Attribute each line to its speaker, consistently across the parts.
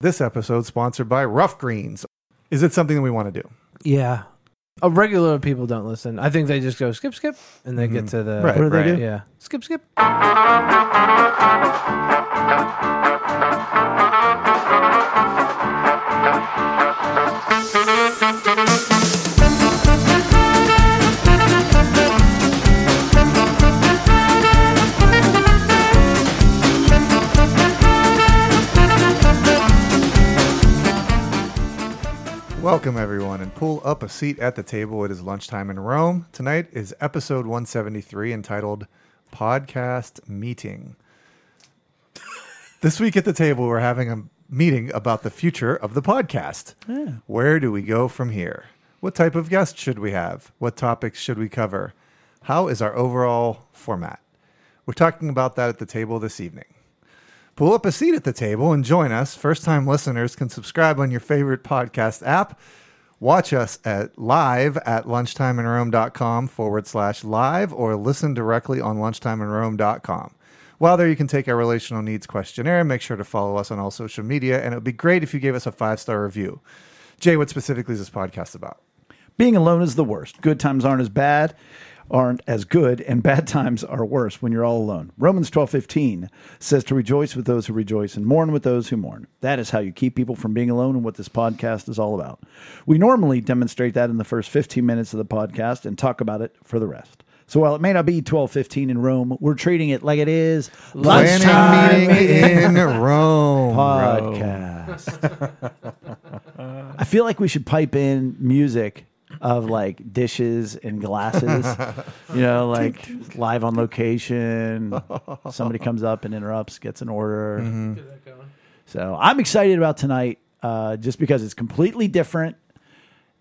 Speaker 1: This episode sponsored by Rough Greens. Is it something that we want to do?
Speaker 2: Yeah. A regular people don't listen. I think they just go skip, skip, and they get to the
Speaker 1: Right, What do they right. do?
Speaker 2: Yeah, skip, skip.
Speaker 1: Welcome everyone, and pull up a seat at the table. It is lunchtime in Rome. Tonight is episode 173, entitled "Podcast Meeting." this week at the table, we're having a meeting about the future of the podcast. Where do we go from here? What type of guests should we have? What topics should we cover? How is our overall format? We're talking about that at the table this evening. Pull up a seat at the table and join us. First time listeners can subscribe on your favorite podcast app. Watch us at live at lunchtimeinrome.com forward slash live or listen directly on lunchtimeinrome.com. While there, you can take our relational needs questionnaire. Make sure to follow us on all social media, and it would be great if you gave us a five star review. Jay, what specifically is this podcast about?
Speaker 3: Being alone is the worst. Good times aren't as bad, aren't as good, and bad times are worse when you're all alone. Romans 12:15 says to rejoice with those who rejoice and mourn with those who mourn. That is how you keep people from being alone and what this podcast is all about. We normally demonstrate that in the first 15 minutes of the podcast and talk about it for the rest. So while it may not be 12:15 in Rome, we're treating it like it is
Speaker 1: Planning
Speaker 2: Lunchtime
Speaker 1: meeting in Rome.
Speaker 3: podcast. I feel like we should pipe in music of like dishes and glasses, you know, like live on location. Somebody comes up and interrupts, gets an order. So I'm excited about tonight uh, just because it's completely different.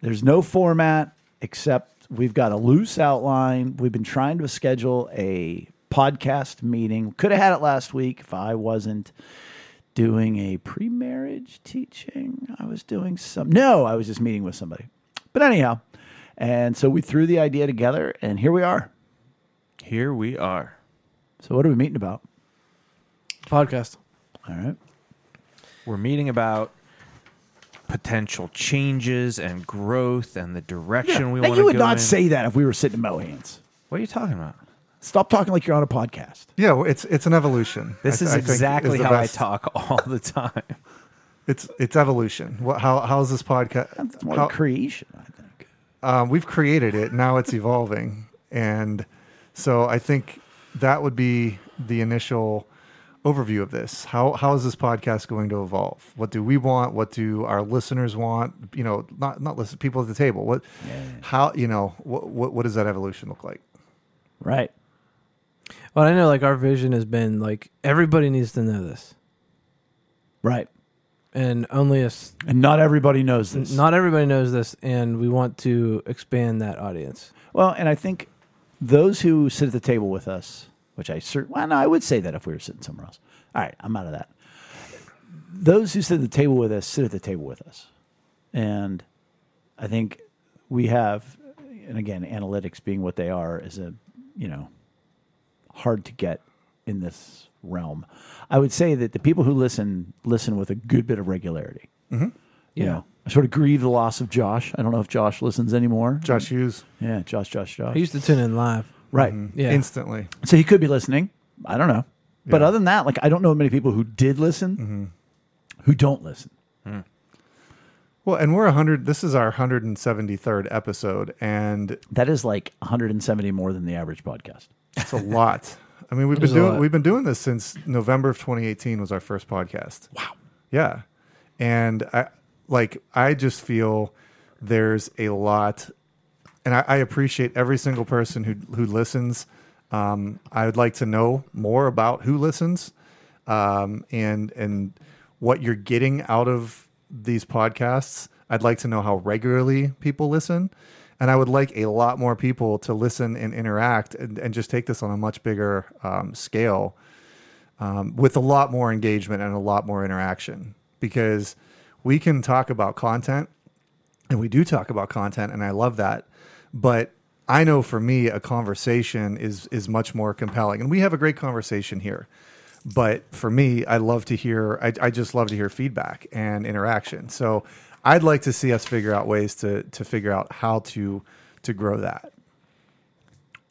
Speaker 3: There's no format except we've got a loose outline. We've been trying to schedule a podcast meeting. Could have had it last week if I wasn't doing a pre marriage teaching. I was doing some, no, I was just meeting with somebody. But anyhow, and so we threw the idea together and here we are.
Speaker 4: Here we are.
Speaker 3: So what are we meeting about?
Speaker 2: Podcast.
Speaker 3: All right.
Speaker 4: We're meeting about potential changes and growth and the direction we
Speaker 3: Now,
Speaker 4: want to
Speaker 3: you would
Speaker 4: go
Speaker 3: not
Speaker 4: in.
Speaker 3: say that if we were sitting in Mohans.
Speaker 4: What are you talking about?
Speaker 3: Stop talking like you're on a podcast.
Speaker 1: Yeah, well, it's it's an evolution.
Speaker 4: This
Speaker 1: I-
Speaker 4: is
Speaker 1: I think
Speaker 4: exactly
Speaker 1: the
Speaker 4: how
Speaker 1: best-
Speaker 4: I talk all the time.
Speaker 1: It's it's evolution. What, how how is this podcast?
Speaker 3: It's more
Speaker 1: how-
Speaker 3: creation, I think.
Speaker 1: um, we've created it. Now it's evolving, and so I think that would be the initial overview of this. How how is this podcast going to evolve? What do we want? What do our listeners want? You know, not not listen people at the table. What how you know what, what what does that evolution look like?
Speaker 3: Right.
Speaker 2: Well, I know, like our vision has been like everybody needs to know this,
Speaker 3: Right.
Speaker 2: and only us.
Speaker 3: And not everybody knows this.
Speaker 2: Not everybody knows this, and we want to expand that audience.
Speaker 3: well, and I think those who sit at the table with us, which I certainly, well, no, I would say that if we were sitting somewhere else. All right, I'm out of that. Those who sit at the table with us sit at the table with us. And I think we have, and again, analytics being what they are is a, you know, hard to get in this realm. I would say that the people who listen listen with a good bit of regularity. You
Speaker 2: Yeah.
Speaker 3: know, I sort of grieve the loss of Josh. I don't know if Josh listens anymore.
Speaker 1: Josh Hughes
Speaker 3: Yeah, Josh, Josh, Josh.
Speaker 2: I used to tune in live.
Speaker 3: right.
Speaker 2: Yeah,
Speaker 1: instantly.
Speaker 3: So he could be listening. I don't know. But
Speaker 1: Yeah.
Speaker 3: other than that, like I don't know many people who did listen who don't listen.
Speaker 1: Well, and we're hundred. This is our hundred and seventy third episode, and
Speaker 3: That is like 170 more than the average podcast.
Speaker 1: it's a lot. I mean, we've
Speaker 2: It is
Speaker 1: been
Speaker 2: a
Speaker 1: doing
Speaker 2: lot.
Speaker 1: we've been doing this since November of 2018 was our first podcast. Wow. Yeah, and I like I just feel there's a lot, and I, I appreciate every single person who who listens. Um, I would like to know more about who listens, um, and and what you're getting out of these podcasts. I'd like to know how regularly people listen, and I would like a lot more people to listen and interact, and, and just take this on a much bigger um, scale um, with a lot more engagement and a lot more interaction because we can talk about content and we do talk about content and I love that but I know for me a conversation is is much more compelling and we have a great conversation here But for me, I love to hear. I, I just love to hear feedback and interaction. So I'd like to see us figure out ways to to figure out how to to grow that.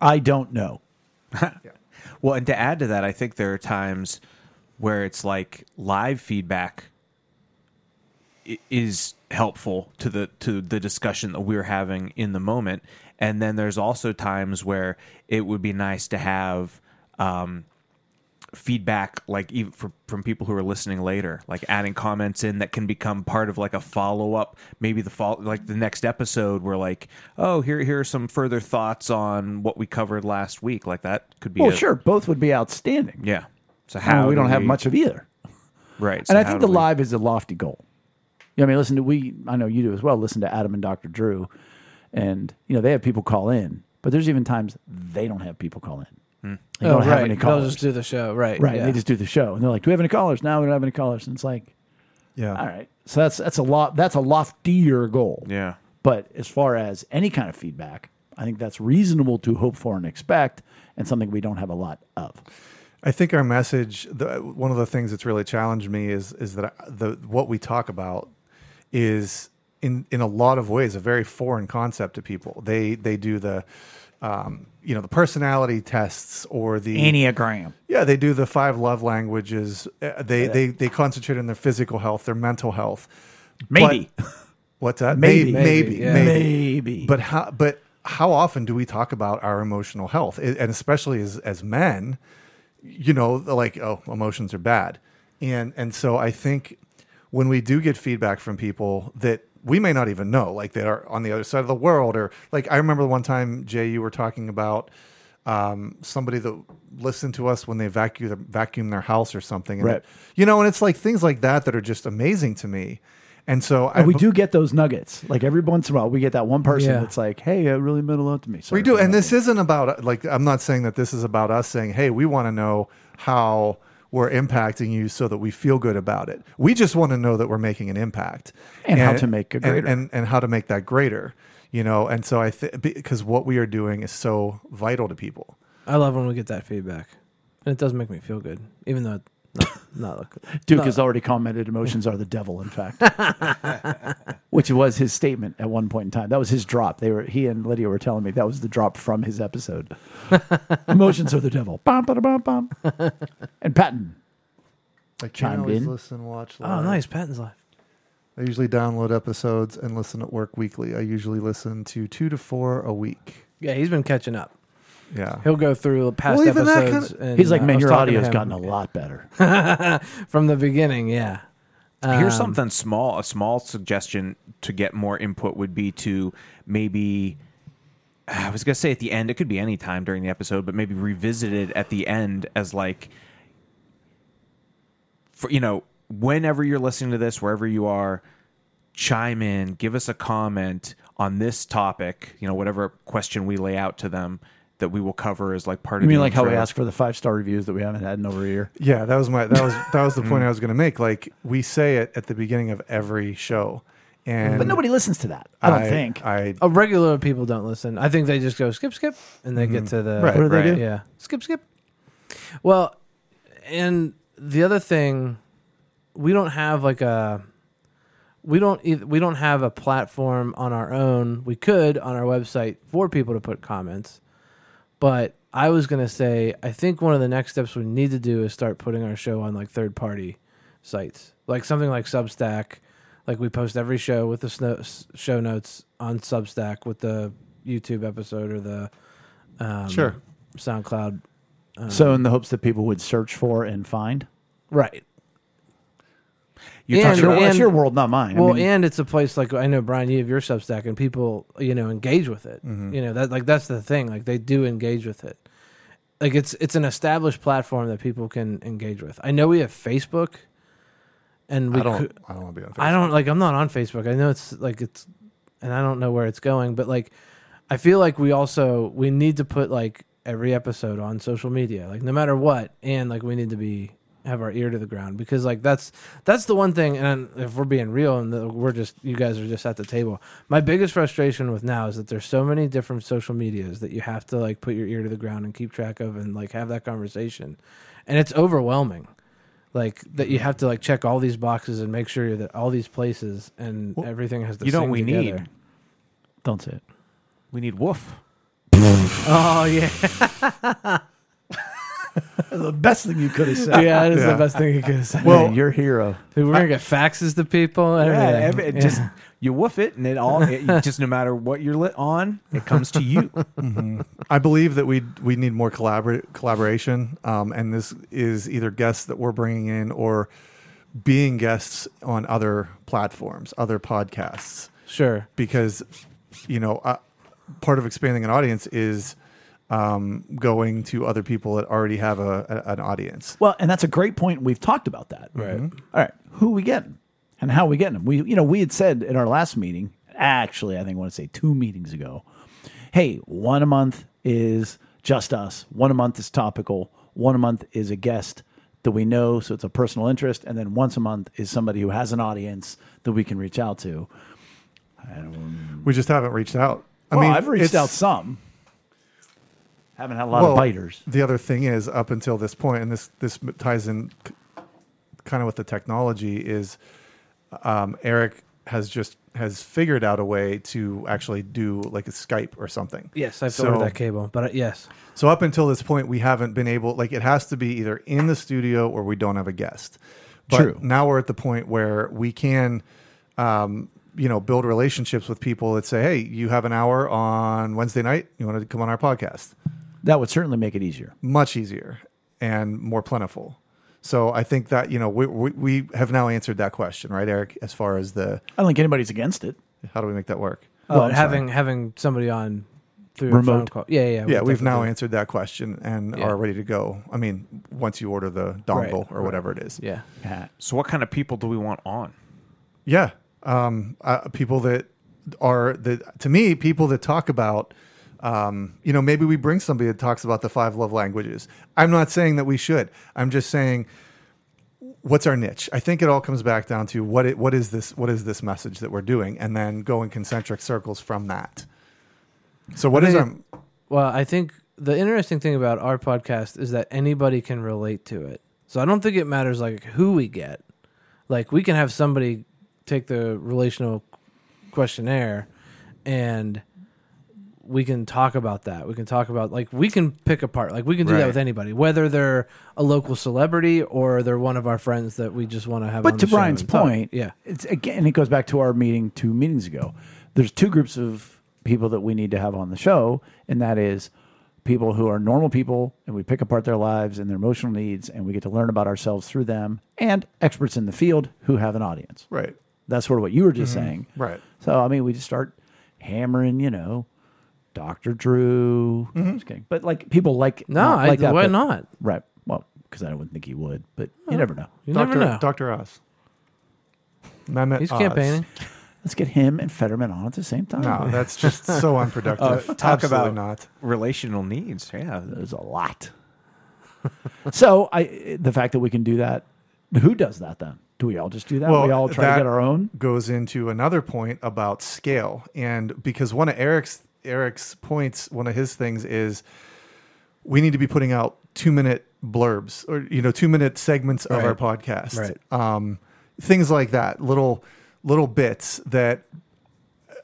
Speaker 3: I don't know.
Speaker 4: Well, and to add to that, I think there are times where it's like live feedback i- is helpful to the to the discussion that we're having in the moment, and then there's also times where it would be nice to have um, feedback, like even from, from people who are listening later, like adding comments in that can become part of like a follow up. Maybe the fall, like the next episode, where like, oh, here here are some further thoughts on what we covered last week. Like that could be
Speaker 3: Well,
Speaker 4: a-
Speaker 3: Oh, sure, both would be outstanding.
Speaker 4: yeah. So
Speaker 3: I mean,
Speaker 4: how
Speaker 3: we
Speaker 4: do
Speaker 3: don't have much of either.
Speaker 4: right? so
Speaker 3: and I
Speaker 4: how
Speaker 3: think
Speaker 4: do
Speaker 3: the
Speaker 4: we-
Speaker 3: live is a lofty goal. You know, I mean, listen to we. I know you do as well. Listen to Adam and Dr. Drew, and you know they have people call in, but there's even times they don't have people call in. They
Speaker 2: oh,
Speaker 3: don't have
Speaker 2: right.
Speaker 3: any
Speaker 2: They'll
Speaker 3: callers,
Speaker 2: just do the show. Right.
Speaker 3: right?
Speaker 2: yeah.
Speaker 3: They just do the show, and they're like, "Do we have any callers?" Now we don't have any callers, and it's like,
Speaker 1: Yeah.
Speaker 3: all right. So that's that's a lot. That's a loftier goal.
Speaker 4: Yeah.
Speaker 3: But as far as any kind of feedback, I think that's reasonable to hope for and expect, and something we don't have a lot of.
Speaker 1: I think our message, the, one of the things that's really challenged me is is that I- the what we talk about is in in a lot of ways a very foreign concept to people. They they do the um, you know the personality tests or the
Speaker 3: Enneagram.
Speaker 1: yeah they do the five love languages. Uh, They they they concentrate on their physical health, their mental health.
Speaker 3: Maybe.
Speaker 1: But- what's that? maybe
Speaker 3: Maybe.
Speaker 1: maybe,
Speaker 2: Maybe, yeah.
Speaker 1: maybe.
Speaker 3: Maybe.
Speaker 1: But how? But how often do we talk about our emotional health, I- and especially as as men? You know, like oh, emotions are bad, and and so I think when we do get feedback from people that we may not even know, like they are on the other side of the world, or like I remember the one time Jay, you were talking about um, somebody that listened to us when they vacuum their, vacuum their house or something, and
Speaker 3: Right.
Speaker 1: it- you know, and it's like things like that that are just amazing to me. And so I
Speaker 3: And we
Speaker 1: b-
Speaker 3: do get those nuggets. Like every once in a while, we get that one person
Speaker 2: Yeah.
Speaker 3: that's like, "Hey, it really meant a lot to me."
Speaker 1: We
Speaker 3: Sorry
Speaker 1: do,
Speaker 3: for
Speaker 1: and
Speaker 3: that.
Speaker 1: this isn't about like I'm not saying that this is about us saying, "Hey, we want to know how we're impacting you so that we feel good about it." We just want to know that we're making an impact
Speaker 3: And how to make a
Speaker 1: and-
Speaker 3: greater.
Speaker 1: and, and, how to make that greater, you know. And so I think because what we are doing is so vital to people.
Speaker 2: I love when we get that feedback, and it does make me feel good, even though it's not, not look.
Speaker 3: Duke
Speaker 2: not-
Speaker 3: has already commented, "Emotions are the devil." In fact, which was his statement at one point in time. That was his drop. They were he and Lydia were telling me that was the drop from his episode. Emotions are the devil. Bum, ba, bum, bum. And Patton,
Speaker 1: Like
Speaker 3: Chimed always in.
Speaker 1: listen, watch.
Speaker 2: Oh, nice, Patton's life.
Speaker 1: I usually download episodes and listen at work weekly. I usually listen to two to four a week.
Speaker 2: Yeah, he's been catching up.
Speaker 1: Yeah,
Speaker 2: He'll go through past
Speaker 1: Well, even that
Speaker 2: episodes. and,
Speaker 3: he's like,
Speaker 2: uh, I
Speaker 3: "Man,
Speaker 2: was
Speaker 3: your
Speaker 2: talking to
Speaker 3: audio's
Speaker 2: him
Speaker 3: gotten a lot better."
Speaker 2: from the beginning." Yeah,
Speaker 4: Here's
Speaker 2: Um,
Speaker 4: something small. A small suggestion to get more input would be to maybe. I was gonna say at the end. It could be any time during the episode, but maybe revisit it at the end as like, for you know, whenever you're listening to this, wherever you are, chime in, give us a comment on this topic. You know, whatever question we lay out to them that we will cover as like part
Speaker 3: I
Speaker 4: of.
Speaker 3: mean,
Speaker 4: the
Speaker 3: like how we
Speaker 4: intro.
Speaker 3: ask for the five star reviews that we haven't had in over a year.
Speaker 1: Yeah, that was my that was that was the point I was going to make. Like we say it at the beginning of every show, and
Speaker 3: But nobody listens to that. I don't
Speaker 1: I-
Speaker 3: think. Oh,
Speaker 1: I
Speaker 2: a Uh, oh, regular people don't listen. I think they just go skip, skip, and they get
Speaker 4: Mm-hmm.
Speaker 2: to the
Speaker 1: Right, What do
Speaker 3: they right. do?
Speaker 2: Yeah, skip, skip. Well, and the other thing, we don't have like a we don't eith- we don't have a platform on our own. We could on our website for people to put comments, but I was gonna say I think one of the next steps we need to do is start putting our show on like third party sites, like something like Substack. Like we post every show with the sno- s- show notes on Substack with the YouTube episode or the um,
Speaker 1: Sure.
Speaker 2: SoundCloud. Um,
Speaker 3: so, in the hopes that people would search for and find.
Speaker 2: right,
Speaker 4: You're
Speaker 2: And-
Speaker 4: talking
Speaker 3: Sure,
Speaker 4: about-
Speaker 3: that's
Speaker 2: and-
Speaker 3: your world, not mine. I
Speaker 2: well,
Speaker 3: mean-
Speaker 2: and it's a place like I know Brian, you have your Substack, and people you know engage with it. You know that like that's the thing, like they do engage with it. Like it's it's an established platform that people can engage with. I know we have Facebook, and we
Speaker 1: I don't
Speaker 2: could-
Speaker 1: I don't want to be on. Facebook.
Speaker 2: I don't like I'm not on Facebook. I know it's like it's and I don't know where it's going, but like I feel like we also we need to put like every episode on social media, like no matter what, and like we need to be have our ear to the ground because like that's that's the one thing and if we're being real and the, we're just you guys are just at the table. My biggest frustration with now is that there's so many different social medias that you have to like put your ear to the ground and keep track of and like have that conversation. and it's overwhelming. Like that, you have to like check all these boxes and make sure that all these places and everything has. To
Speaker 4: you know
Speaker 2: sing
Speaker 4: what we
Speaker 2: together.
Speaker 4: need?
Speaker 3: Don't say it.
Speaker 4: We need Wolf.
Speaker 2: Oh yeah,
Speaker 3: The best thing you could have said.
Speaker 2: yeah. That is
Speaker 1: Yeah.
Speaker 2: the best thing you could say.
Speaker 1: Well-
Speaker 3: Man, your hero.
Speaker 2: Dude, we're gonna get faxes to people.
Speaker 4: Yeah,
Speaker 2: everything.
Speaker 4: every- it
Speaker 2: Yeah.
Speaker 4: just you woof it, and it all it, you just no matter what you're lit on, it comes to you.
Speaker 1: I believe that we we need more collabor- collaboration, um, and this is either guests that we're bringing in or being guests on other platforms, other podcasts,
Speaker 2: sure.
Speaker 1: because you know uh, part of expanding an audience is um, going to other people that already have a, a- an audience.
Speaker 3: Well, and that's a great point. We've talked about that. Right. All right. Who we getting and how we getting them? We, you know, we had said in our last meeting, actually, I think I want to say two meetings ago, hey, one a month is just us. One a month is topical. One a month is a guest that we know, so it's a personal interest. And then once a month is somebody who has an audience that we can reach out to.
Speaker 1: We just haven't reached out.
Speaker 3: I mean, I've reached
Speaker 1: it's-
Speaker 3: out some. Haven't had a lot
Speaker 1: Well,
Speaker 3: of biters.
Speaker 1: The other thing is, up until this point, and this this m- ties in kind of with the technology is, um, Eric has just has figured out a way to actually do like a Skype or something.
Speaker 2: Yes, I have to
Speaker 1: So-
Speaker 2: order that cable. But uh, yes,
Speaker 1: So up until this point, we haven't been able like it has to be either in the studio or we don't have a guest. But
Speaker 3: True.
Speaker 1: now we're at the point where we can, um, you know, build relationships with people that say, "Hey, you have an hour on Wednesday night. You want to come on our podcast?"
Speaker 3: That would certainly make it easier.
Speaker 1: much easier and more plentiful. So I think that you know we, we we have now answered that question, right, Eric? As far as the
Speaker 3: I don't think anybody's against it.
Speaker 1: how do we make that work?
Speaker 3: Oh,
Speaker 2: Well,
Speaker 3: I'm sorry.
Speaker 2: having having somebody on through a phone
Speaker 3: Remote.
Speaker 2: call. Yeah, yeah.
Speaker 1: Yeah,
Speaker 2: we'll
Speaker 1: we've now
Speaker 2: definitely-
Speaker 1: answered that question and
Speaker 2: Yeah.
Speaker 1: are ready to go. I mean, once you order the
Speaker 2: Right,
Speaker 1: dongle or
Speaker 2: right.
Speaker 1: whatever it is,
Speaker 2: Yeah,
Speaker 3: Yeah.
Speaker 4: So, what kind of people do we want on?
Speaker 1: yeah, um, uh, people that are that to me people that talk about. Um, you know, maybe we bring somebody that talks about the five love languages. I'm not saying that we should. I'm just saying what's our niche? I think it all comes back down to what it, what is this what is this message that we're doing, and then go in concentric circles from that. So what is
Speaker 2: mean- Well, I think the interesting thing about our podcast is that anybody can relate to it. So I don't think it matters like who we get. Like we can have somebody take the relational questionnaire and we can talk about that. We can talk about like we can pick apart. Like we can do that
Speaker 4: Right.
Speaker 2: with anybody, whether they're a local celebrity or they're one of our friends that we just want to have. on
Speaker 3: But to
Speaker 2: the show
Speaker 3: Brian's
Speaker 2: and talk.
Speaker 3: point,
Speaker 2: yeah,
Speaker 3: it's again it goes back to our meeting two meetings ago. There's two groups of people that we need to have on the show, and that is people who are normal people, and we pick apart their lives and their emotional needs, and we get to learn about ourselves through them, and experts in the field who have an audience.
Speaker 1: right?
Speaker 3: That's sort of what you were just
Speaker 2: Mm-hmm.
Speaker 3: saying,
Speaker 1: Right.
Speaker 3: So I mean, we just start hammering, you know, Doctor Drew. Just kidding, but like people like
Speaker 2: Mm-hmm. no,
Speaker 3: not
Speaker 2: I,
Speaker 3: like that,
Speaker 2: why
Speaker 3: but-
Speaker 2: not?
Speaker 3: Right. Well, because I wouldn't think he would, but you never know.
Speaker 2: You
Speaker 1: Doctor
Speaker 2: never know.
Speaker 1: Doctor Oz. Mehmet
Speaker 2: He's
Speaker 1: Oz.
Speaker 2: campaigning.
Speaker 3: Let's get him and Fetterman on at the same time.
Speaker 1: No, that's just so unproductive.
Speaker 4: talk
Speaker 1: Absolutely
Speaker 4: about-
Speaker 1: not.
Speaker 4: Relational needs. Yeah,
Speaker 3: There's a lot. so I, the fact that we can do that, who does that then? Do we all just do that?
Speaker 1: Well,
Speaker 3: we all try
Speaker 1: that-
Speaker 3: to get our own.
Speaker 1: goes into another point about scale and because one of eric's eric's points one of his things is we need to be putting out two minute blurbs or you know two minute segments of our podcast
Speaker 2: Right.
Speaker 1: um, things like that little little bits that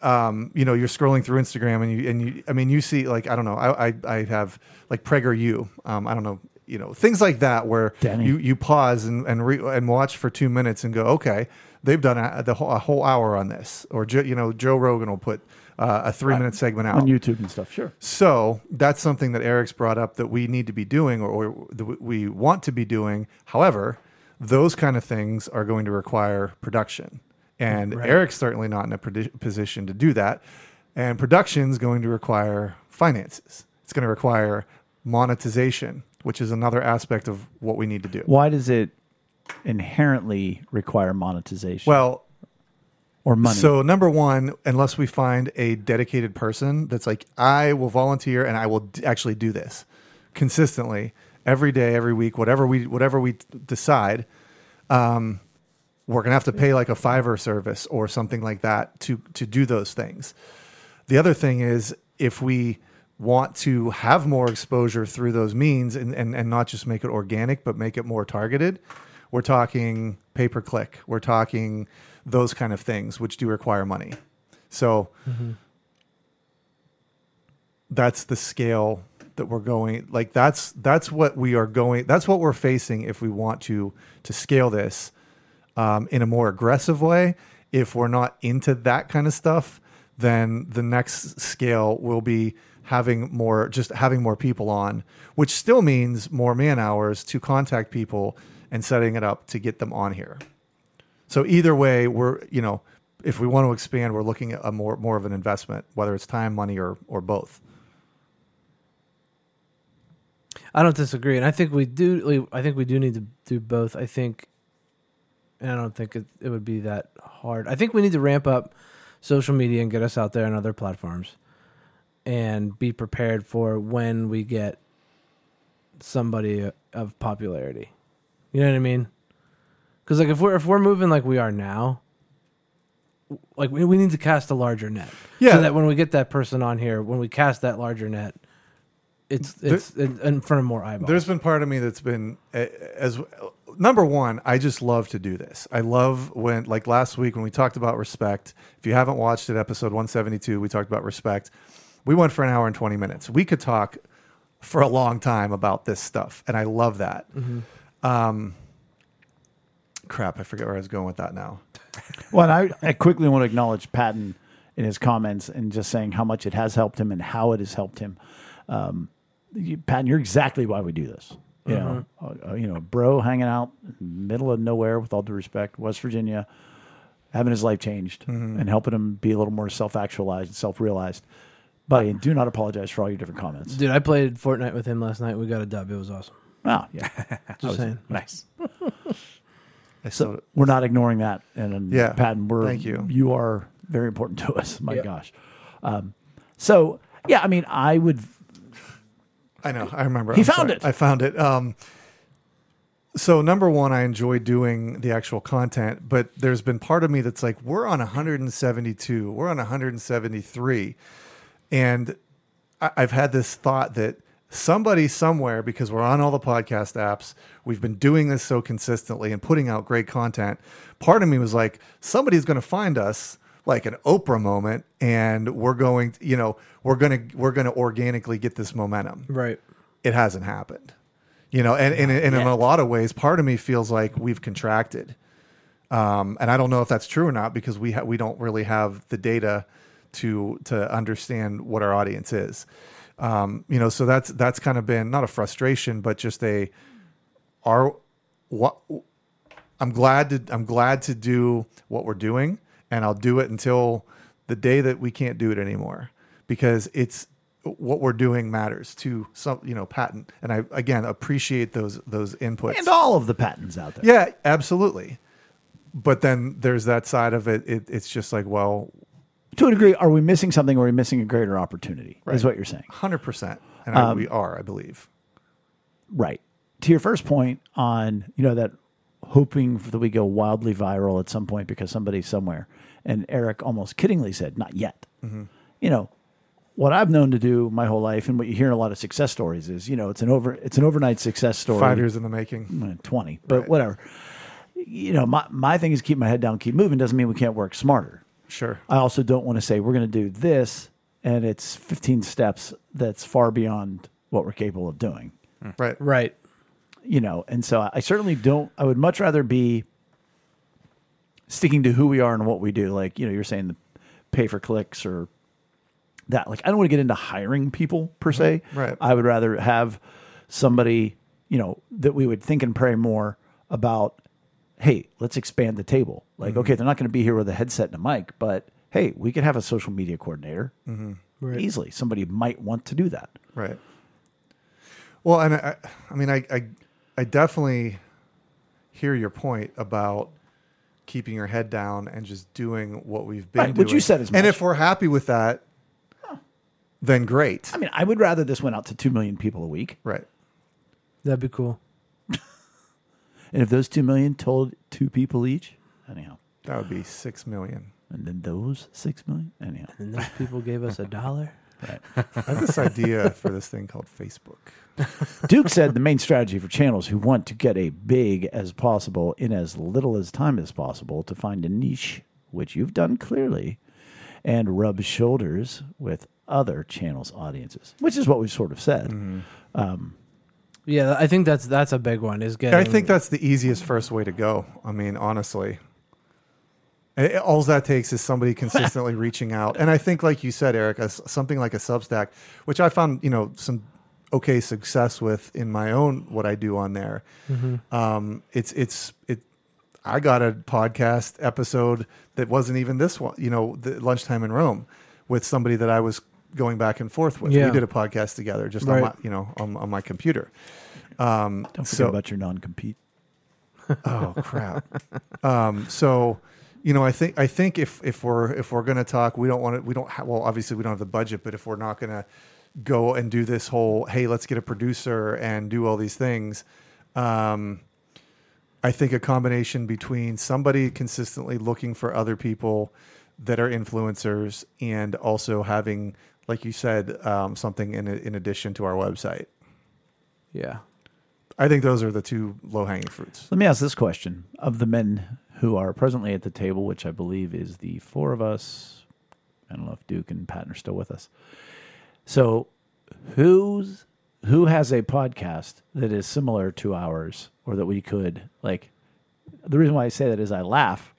Speaker 1: um, you know, you're scrolling through Instagram and you, and you, I mean, you see like, I don't know, I, I, I have like PragerU, um, I don't know, you know, things like that where
Speaker 3: Denny.
Speaker 1: you, you pause and, and re and watch for two minutes and go, okay, they've done a, the whole, a whole hour on this or, Jo- you know, Joe Rogan will put uh, a three minute segment out.
Speaker 3: On YouTube and stuff, sure.
Speaker 1: So that's something that Eric's brought up that we need to be doing or, or that we want to be doing. However, those kind of things are going to require production. And Eric's certainly not in a predi- position to do that. And production's going to require finances. It's going to require monetization, which is another aspect of what we need to do.
Speaker 3: Why does it inherently require monetization
Speaker 1: Well,
Speaker 3: or money?
Speaker 1: So number one, unless we find a dedicated person that's like, I will volunteer and I will d- actually do this consistently every day, every week, whatever we whatever we t- decide, um, we're gonna have to pay like a Fiverr service or something like that to to do those things. The other thing is if we want to have more exposure through those means and, and, and not just make it organic, but make it more targeted, we're talking pay per click. We're talking those kind of things, which do require money. So that's the scale that we're going like that's that's what we are going that's what we're facing if we want to to scale this um, in a more aggressive way if we're not into that kind of stuff then the next scale will be having more just having more people on which still means more man hours to contact people and setting it up to get them on here so either way we're you know if we want to expand we're looking at a more more of an investment whether it's time money or or both
Speaker 2: I don't disagree, and I think we do. we- I think we do need to do both. I think, and I don't think it, it would be that hard. I think we need to ramp up social media and get us out there on other platforms, and be prepared for when we get somebody of popularity. You know what I mean? Because like if we're if we're moving like we are now, like we, we need to cast a larger net.
Speaker 1: Yeah.
Speaker 2: So that when we get that person on here, when we cast that larger net, it's
Speaker 1: There-
Speaker 2: it's in, in front of more eyeballs.
Speaker 1: There's been part of me that's been eh, as number one. I just love to do this. I love when, like last week when we talked about respect. If you haven't watched it, episode 172, we talked about respect. We went for an hour and 20 minutes. We could talk for a long time about this stuff, and I love that. Um, crap, I forget where I was going with that now.
Speaker 3: Well, and I, I quickly want to acknowledge Patton in his comments and just saying how much it has helped him and how it has helped him. Um, you, Patton, you're exactly why we do this. You know, uh, you know, bro, hanging out middle of nowhere with all due respect, West Virginia, having his life changed and helping him be a little more self-actualized and self-realized. But I do not apologize for all your different comments.
Speaker 2: Dude, I played Fortnite with him last night. We got a dub. It was awesome.
Speaker 3: Wow, yeah, That was it.
Speaker 2: saying.
Speaker 3: nice.
Speaker 1: I
Speaker 3: So
Speaker 1: still,
Speaker 3: we're not ignoring that, and, and
Speaker 1: Yeah.
Speaker 3: Patton, we're
Speaker 1: Thank you.
Speaker 3: You are very important to us. My
Speaker 2: Yeah.
Speaker 3: gosh. Um, so yeah, I mean, I would.
Speaker 1: I know. I remember.
Speaker 3: He found it.
Speaker 1: I found it. Um, so number one, I enjoy doing the actual content, but there's been part of me that's like, we're on 172, we're on 173, and I- I've had this thought that somebody somewhere, because we're on all the podcast apps, we've been doing this so consistently and putting out great content. Part of me was like, somebody's going to find us like an Oprah moment, and we're going, you know, we're gonna we're gonna organically get this momentum
Speaker 2: Right.
Speaker 1: it hasn't happened. You know, and, and, and in a lot of ways, part of me feels like we've contracted. Um, and I don't know if that's true or not because we ha- we don't really have the data to to understand what our audience is. Um, you know, so that's that's kind of been not a frustration, but just a are what I'm glad to I'm glad to do what we're doing, and I'll do it until the day that we can't do it anymore because it's what we're doing matters to some you know patent, and I again appreciate those those inputs.
Speaker 3: And all of the patents out there.
Speaker 1: yeah, absolutely. But then there's that side of it. it it's just like well,
Speaker 3: To a degree, are we missing something? Or are we missing a greater opportunity? Is what you're saying.
Speaker 1: hundred percent, and I,
Speaker 3: Um,
Speaker 1: we are, I believe.
Speaker 3: Right. To your first point on, you know, that hoping that we go wildly viral at some point because somebody somewhere, and Eric almost kiddingly said, not yet. You know, what I've known to do my whole life and what you hear in a lot of success stories is, you know, it's an over it's an overnight success story.
Speaker 1: Five years in the making.
Speaker 3: eh, 20, but whatever. You know, my, my thing is keep my head down, keep moving doesn't mean we can't work smarter.
Speaker 1: Sure.
Speaker 3: I also don't want to say we're going to do this and it's 15 steps that's far beyond what we're capable of doing
Speaker 1: Right.
Speaker 2: Right.
Speaker 3: you know, and so I- I certainly don't. I would much rather be sticking to who we are and what we do. Like you know, you're saying the pay for clicks or that. Like I don't want to get into hiring people per se.
Speaker 1: Right.
Speaker 3: I would rather have somebody you know that we would think and pray more about. Hey, let's expand the table. Like, okay, they're not going to be here with a headset and a mic, but hey, we could have a social media coordinator
Speaker 2: Right.
Speaker 3: easily. Somebody might want to do that.
Speaker 1: Right. Well, and I, I mean, I, I, I definitely hear your point about keeping your head down and just doing what we've been
Speaker 3: Right,
Speaker 1: doing.
Speaker 3: what you said is much.
Speaker 1: And if we're happy with that, then great.
Speaker 3: I mean, I would rather this went out to two million people a week.
Speaker 1: Right.
Speaker 2: That'd be cool.
Speaker 3: And if those two million told two people each, anyhow,
Speaker 1: That would be six million.
Speaker 3: and then those six million, anyhow,
Speaker 2: And those people gave us a dollar.
Speaker 1: I have this idea for this thing called Facebook.
Speaker 3: Duke said the main strategy for channels who want to get a big as possible in as little as time as possible to find a niche, which you've done clearly, and rub shoulders with other channels' audiences, which is what we sort of said.
Speaker 2: Yeah, I think that's that's a big one. Is getting.
Speaker 1: I think that's the easiest first way to go. I mean, honestly, It- it- all that takes is somebody consistently reaching out. And I think, like you said, Eric, a s something like a Substack, which I found you know some okay success with in my own what I do on there.
Speaker 2: Mm-hmm.
Speaker 1: Um, it's it's it. I got a podcast episode that wasn't even this one. You know, the lunchtime in Rome with somebody that I was going back and forth with.
Speaker 2: Yeah.
Speaker 1: We did a podcast together just on my
Speaker 2: Right.
Speaker 1: you know on, on my computer. Um,
Speaker 3: Don't forget
Speaker 1: so-
Speaker 3: about your non-compete.
Speaker 1: Oh crap. um, so, you know, I think I think if if we're if we're gonna talk, we don't want to. We don't have. Well, obviously, we don't have the budget, but if we're not gonna go and do this whole, hey, let's get a producer and do all these things. Um, I think a combination between somebody consistently looking for other people that are influencers and also having, like you said, um, something in in addition to our website.
Speaker 2: yeah.
Speaker 1: I think those are the two low hanging fruits.
Speaker 3: Let me ask this question of the men who are presently at the table, which I believe is the four of us. I don't know if Duke and Patton are still with us. So, who's who has a podcast that is similar to ours, or that we could like? The reason why I say that is I laugh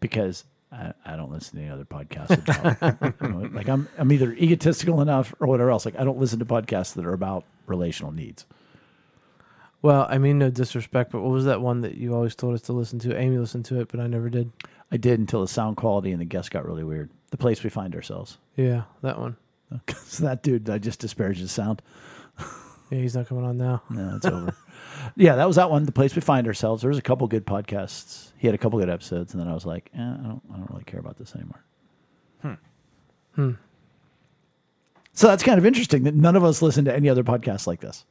Speaker 3: because I, I don't listen to any other podcasts. About, you know, like I'm, I'm either egotistical enough or whatever else. Like I don't listen to podcasts that are about relational needs.
Speaker 2: Well, I mean, no disrespect, but what was that one that you always told us to listen to? Amy listened to it, but I never did.
Speaker 3: I did until the sound quality and the guests got really weird. The place we find ourselves.
Speaker 2: Yeah, that one.
Speaker 3: so that dude, I just disparaged his sound.
Speaker 2: Yeah, he's not coming on now.
Speaker 3: No, it's over. yeah, that was that one. The place we find ourselves. There was a couple good podcasts. He had a couple good episodes, and then I was like, eh, I don't, I don't really care about this anymore.
Speaker 2: Hmm.
Speaker 3: So that's kind of interesting that none of us listen to any other podcasts like this.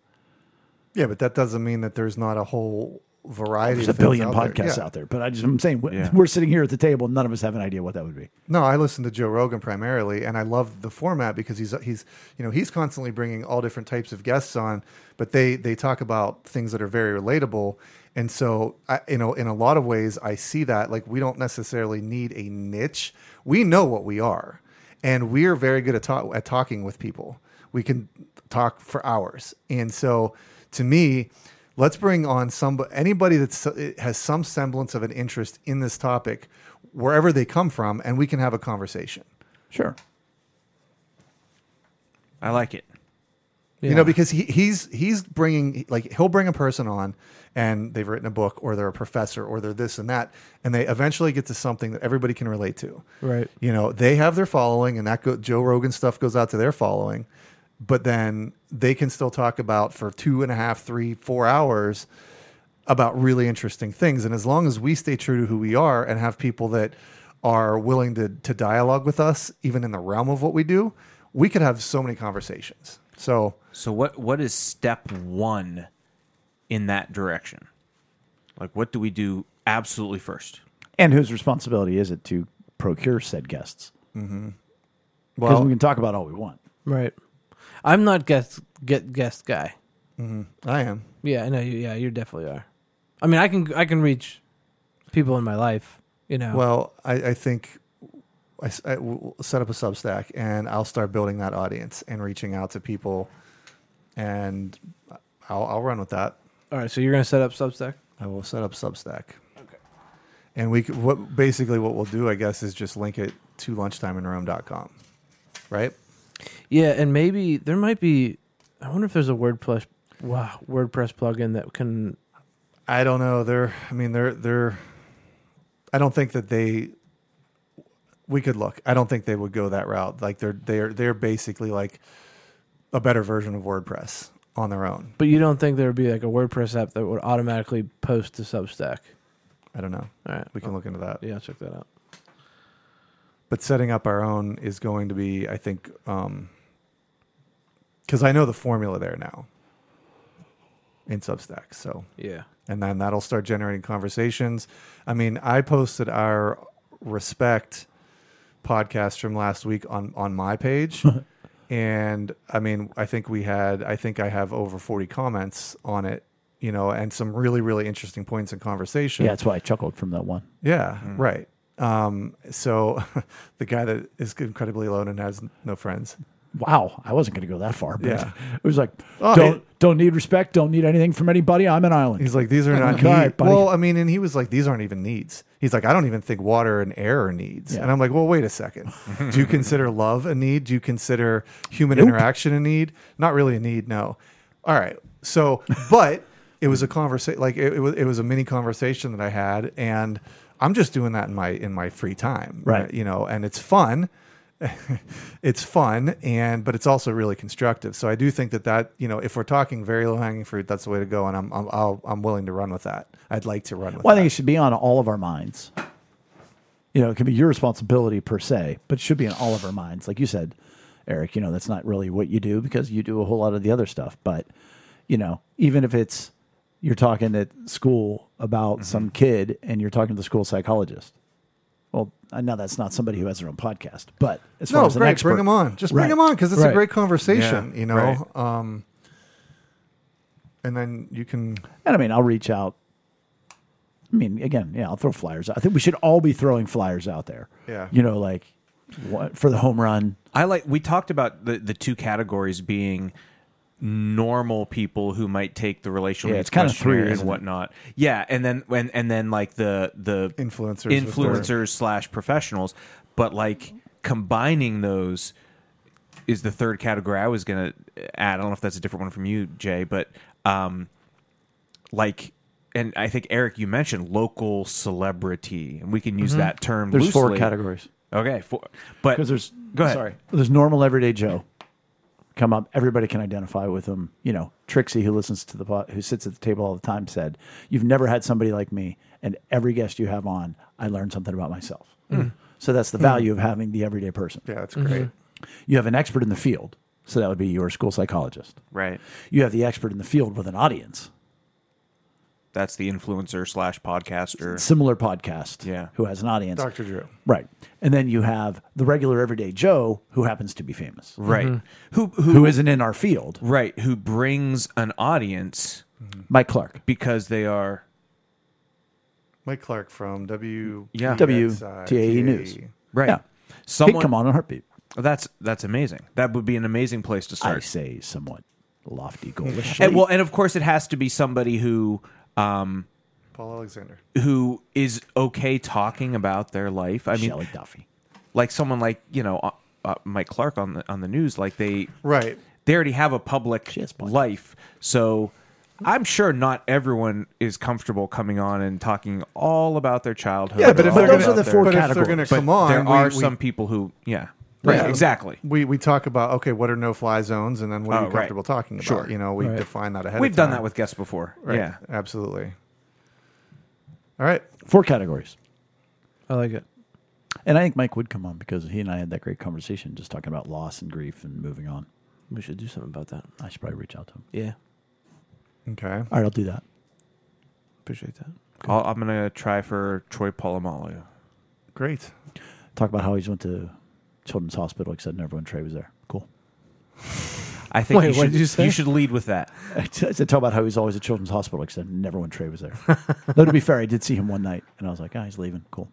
Speaker 1: Yeah, but that doesn't mean that there's not a whole variety.
Speaker 3: There's a
Speaker 1: of things
Speaker 3: billion
Speaker 1: out there.
Speaker 3: podcasts
Speaker 1: Yeah.
Speaker 3: out there, but I just I'm saying we-
Speaker 4: Yeah.
Speaker 3: we're sitting here at the table. None of us have an idea what that would be.
Speaker 1: No, I listen to Joe Rogan primarily, and I love the format because he's he's you know he's constantly bringing all different types of guests on, but they they talk about things that are very relatable, and so I, you know in a lot of ways I see that like we don't necessarily need a niche. We know what we are, and we're very good at ta- at talking with people. We can talk for hours, and so to me, let's bring on some anybody that has some semblance of an interest in this topic wherever they come from and we can have a conversation
Speaker 3: Sure.
Speaker 4: I like it.
Speaker 2: Yeah.
Speaker 1: you know because he, he's he's bringing like he'll bring a person on and they've written a book or they're a professor or they're this and that and they eventually get to something that everybody can relate to
Speaker 2: Right.
Speaker 1: you know they have their following and that go, joe rogan stuff goes out to their following but then they can still talk about for two and a half three four hours about really interesting things and as long as we stay true to who we are and have people that are willing to, to dialogue with us even in the realm of what we do we could have so many conversations so
Speaker 4: So what what is step one in that direction? Like what do we do absolutely first?
Speaker 3: And whose responsibility is it to procure said guests? Because
Speaker 1: well
Speaker 3: we can talk about all we want.
Speaker 2: Right. I'm not guest get guest guy.
Speaker 1: i am
Speaker 2: Yeah, I know. You, yeah, you definitely are. I mean, I can I can reach people in my life. You know.
Speaker 1: well i, I think I, s- I will set up a substack and i'll start building that audience and reaching out to people and i'll, I'll run with that
Speaker 2: All right. So you're gonna set up Substack.
Speaker 1: I will set up Substack. Okay. And we c- what basically what we'll do, I guess, is just link it to lunchtimeinrome.com. Right?
Speaker 2: Yeah, and maybe there might be. I wonder if there's a WordPress wow WordPress plugin that can.
Speaker 1: I don't know. They're I mean they're they're I don't think that they we could look. I don't think they would go that route. Like they're they're they're basically like a better version of WordPress on their own.
Speaker 2: But you don't think there would be like a WordPress app that would automatically post to Substack?
Speaker 1: I don't know.
Speaker 2: All right.
Speaker 1: We can look into that.
Speaker 2: Yeah, I'll check that out.
Speaker 1: but setting up our own is going to be i think um because i know the formula there now in substack so
Speaker 2: Yeah.
Speaker 1: and then that'll start generating conversations i mean i posted our respect podcast from last week on on my page and I mean, I think we had, I think I have over 40 comments on it, you know, and some really, really interesting points in conversation.
Speaker 3: Yeah, that's why I chuckled from that one.
Speaker 1: Yeah, right. Um, so the guy that is incredibly alone and has no friends.
Speaker 3: Wow, I wasn't going to go that far, but
Speaker 1: Yeah.
Speaker 3: it was like
Speaker 1: Oh,
Speaker 3: don't
Speaker 1: it-
Speaker 3: don't need respect, don't need anything from anybody. I'm an island.
Speaker 1: He's like, these are not
Speaker 3: Okay,
Speaker 1: need-
Speaker 3: buddy.
Speaker 1: Well, I mean, and he was like, these aren't even needs. He's like, I don't even think water and air are needs.
Speaker 3: Yeah.
Speaker 1: And I'm like, well, wait a second. Do you consider love a need? Do you consider human interaction a need? Not really a need, no. All right. So, but it was a conversation, like it, it was, it was a mini conversation that I had, and I'm just doing that in my in my free time,
Speaker 3: Right.
Speaker 1: You know, and it's fun. it's fun and but it's also really constructive so i do think that that you know if we're talking very low hanging fruit that's the way to go and i'm i'm I'll, i'm willing to run with that i'd like to run with
Speaker 3: Well, I
Speaker 1: that
Speaker 3: think it should be on all of our minds. You know, it can be your responsibility per se, but it should be on all of our minds. Like you said, Eric, you know, that's not really what you do because you do a whole lot of the other stuff. But, you know, even if it's you're talking at school about
Speaker 1: Mm-hmm.
Speaker 3: some kid and you're talking to the school psychologist. Well, I know that's not somebody who has their own podcast, but as far
Speaker 1: no
Speaker 3: as an
Speaker 1: great
Speaker 3: expert,
Speaker 1: bring them on just bring
Speaker 3: Right.
Speaker 1: them on because it's a
Speaker 3: Right.
Speaker 1: great conversation
Speaker 4: Yeah,
Speaker 1: you know
Speaker 4: right.
Speaker 1: um and then you can
Speaker 3: And I mean, I'll reach out. I mean, again, yeah, I'll throw flyers out. I think we should all be throwing flyers out there.
Speaker 1: Yeah.
Speaker 3: You know, like what, for the home run.
Speaker 4: I like we talked about the the two categories being normal people who might take the relational
Speaker 3: Yeah,
Speaker 4: needs
Speaker 3: it's kinda three,
Speaker 4: questionnaire
Speaker 3: isn't
Speaker 4: and
Speaker 3: it?
Speaker 4: whatnot. Yeah, and then when and then like the the
Speaker 1: Influencers with their-
Speaker 4: influencers slash professionals, but like combining those is the third category I was gonna add. I don't know if that's a different one from you, Jay, but um, like. And I think Eric, you mentioned local celebrity, and we can use that term.
Speaker 3: Mm-hmm. There's four
Speaker 4: loosely.
Speaker 3: categories.
Speaker 4: Okay, four. But
Speaker 3: Because there's
Speaker 4: Go ahead.
Speaker 3: Sorry, there's normal everyday Joe. Come up, everybody can identify with him. You know, Trixie, who listens to the pot, who sits at the table all the time, said, "You've never had somebody like me, and every guest you have on, I learned something about myself." So that's the value of having the everyday person.
Speaker 1: yeah it's great
Speaker 3: You have an expert in the field, so that would be your school psychologist.
Speaker 4: right.
Speaker 3: You have the expert in the field with an audience,
Speaker 4: that's the influencer slash podcaster.
Speaker 3: similar podcast,
Speaker 4: Yeah.
Speaker 3: who has an audience,
Speaker 1: dr drew
Speaker 3: right? And then you have the regular everyday Joe who happens to be famous,
Speaker 4: Right. Who, who
Speaker 3: who isn't in our field,
Speaker 4: right, who brings an audience
Speaker 3: Mike Clark.
Speaker 4: because they are
Speaker 1: mike clark from w
Speaker 4: Yeah.
Speaker 3: WTAE E News.
Speaker 4: right.
Speaker 3: Yeah. He'd
Speaker 4: Someone
Speaker 3: come on a heartbeat.
Speaker 4: that's that's amazing. That would be an amazing place to
Speaker 3: I
Speaker 4: start.
Speaker 3: say somewhat lofty goalishly.
Speaker 4: And well, and of course it has to be somebody who um
Speaker 1: paul alexander
Speaker 4: who is okay talking about their life. I mean,
Speaker 3: Shelley Duffy.
Speaker 4: like someone like, you know, uh, uh, Mike Clark on the on the news like they
Speaker 1: right
Speaker 4: they already have a public
Speaker 3: has plenty.
Speaker 4: life. So I'm sure not everyone is comfortable coming on and talking all about their childhood.
Speaker 1: yeah but
Speaker 4: or
Speaker 1: if
Speaker 4: all
Speaker 1: they're
Speaker 3: those
Speaker 1: gonna,
Speaker 3: are
Speaker 4: about
Speaker 3: the
Speaker 4: their-
Speaker 3: four
Speaker 1: but if they're gonna
Speaker 3: categories.
Speaker 4: but
Speaker 1: come on
Speaker 4: there
Speaker 1: we-
Speaker 4: are
Speaker 1: we-
Speaker 4: some people who, yeah,
Speaker 1: Right.
Speaker 4: right,
Speaker 1: Yeah.
Speaker 4: exactly.
Speaker 1: we we talk about okay, what are no fly zones, and then what are
Speaker 4: Oh,
Speaker 1: you
Speaker 4: right.
Speaker 1: comfortable talking about?
Speaker 4: Sure.
Speaker 1: You know, we
Speaker 3: Right.
Speaker 1: define that ahead.
Speaker 4: We've
Speaker 1: of
Speaker 4: done
Speaker 1: time.
Speaker 4: that with guests before.
Speaker 1: right.
Speaker 4: Yeah,
Speaker 1: absolutely. All right,
Speaker 3: Four categories.
Speaker 2: I like it.
Speaker 3: And I think Mike would come on because he and I had that great conversation just talking about loss and grief and moving on.
Speaker 2: We should do something about that.
Speaker 3: I should probably reach out to him.
Speaker 2: Yeah,
Speaker 1: okay.
Speaker 3: All right, I'll do that.
Speaker 2: appreciate that.
Speaker 4: I'll, I'm gonna try for Troy Polamalu.
Speaker 1: Great.
Speaker 3: Talk about how he just went to Children's Hospital, except never when Trey was there. Cool.
Speaker 4: I think
Speaker 2: Wait,
Speaker 4: you,
Speaker 2: what
Speaker 4: should,
Speaker 2: did you say?
Speaker 4: should lead with that.
Speaker 3: I said, talk about how he's always at Children's Hospital, except never when Trey was there. Though to be fair, I did see him one night, and I was like, ah, he's leaving. Cool.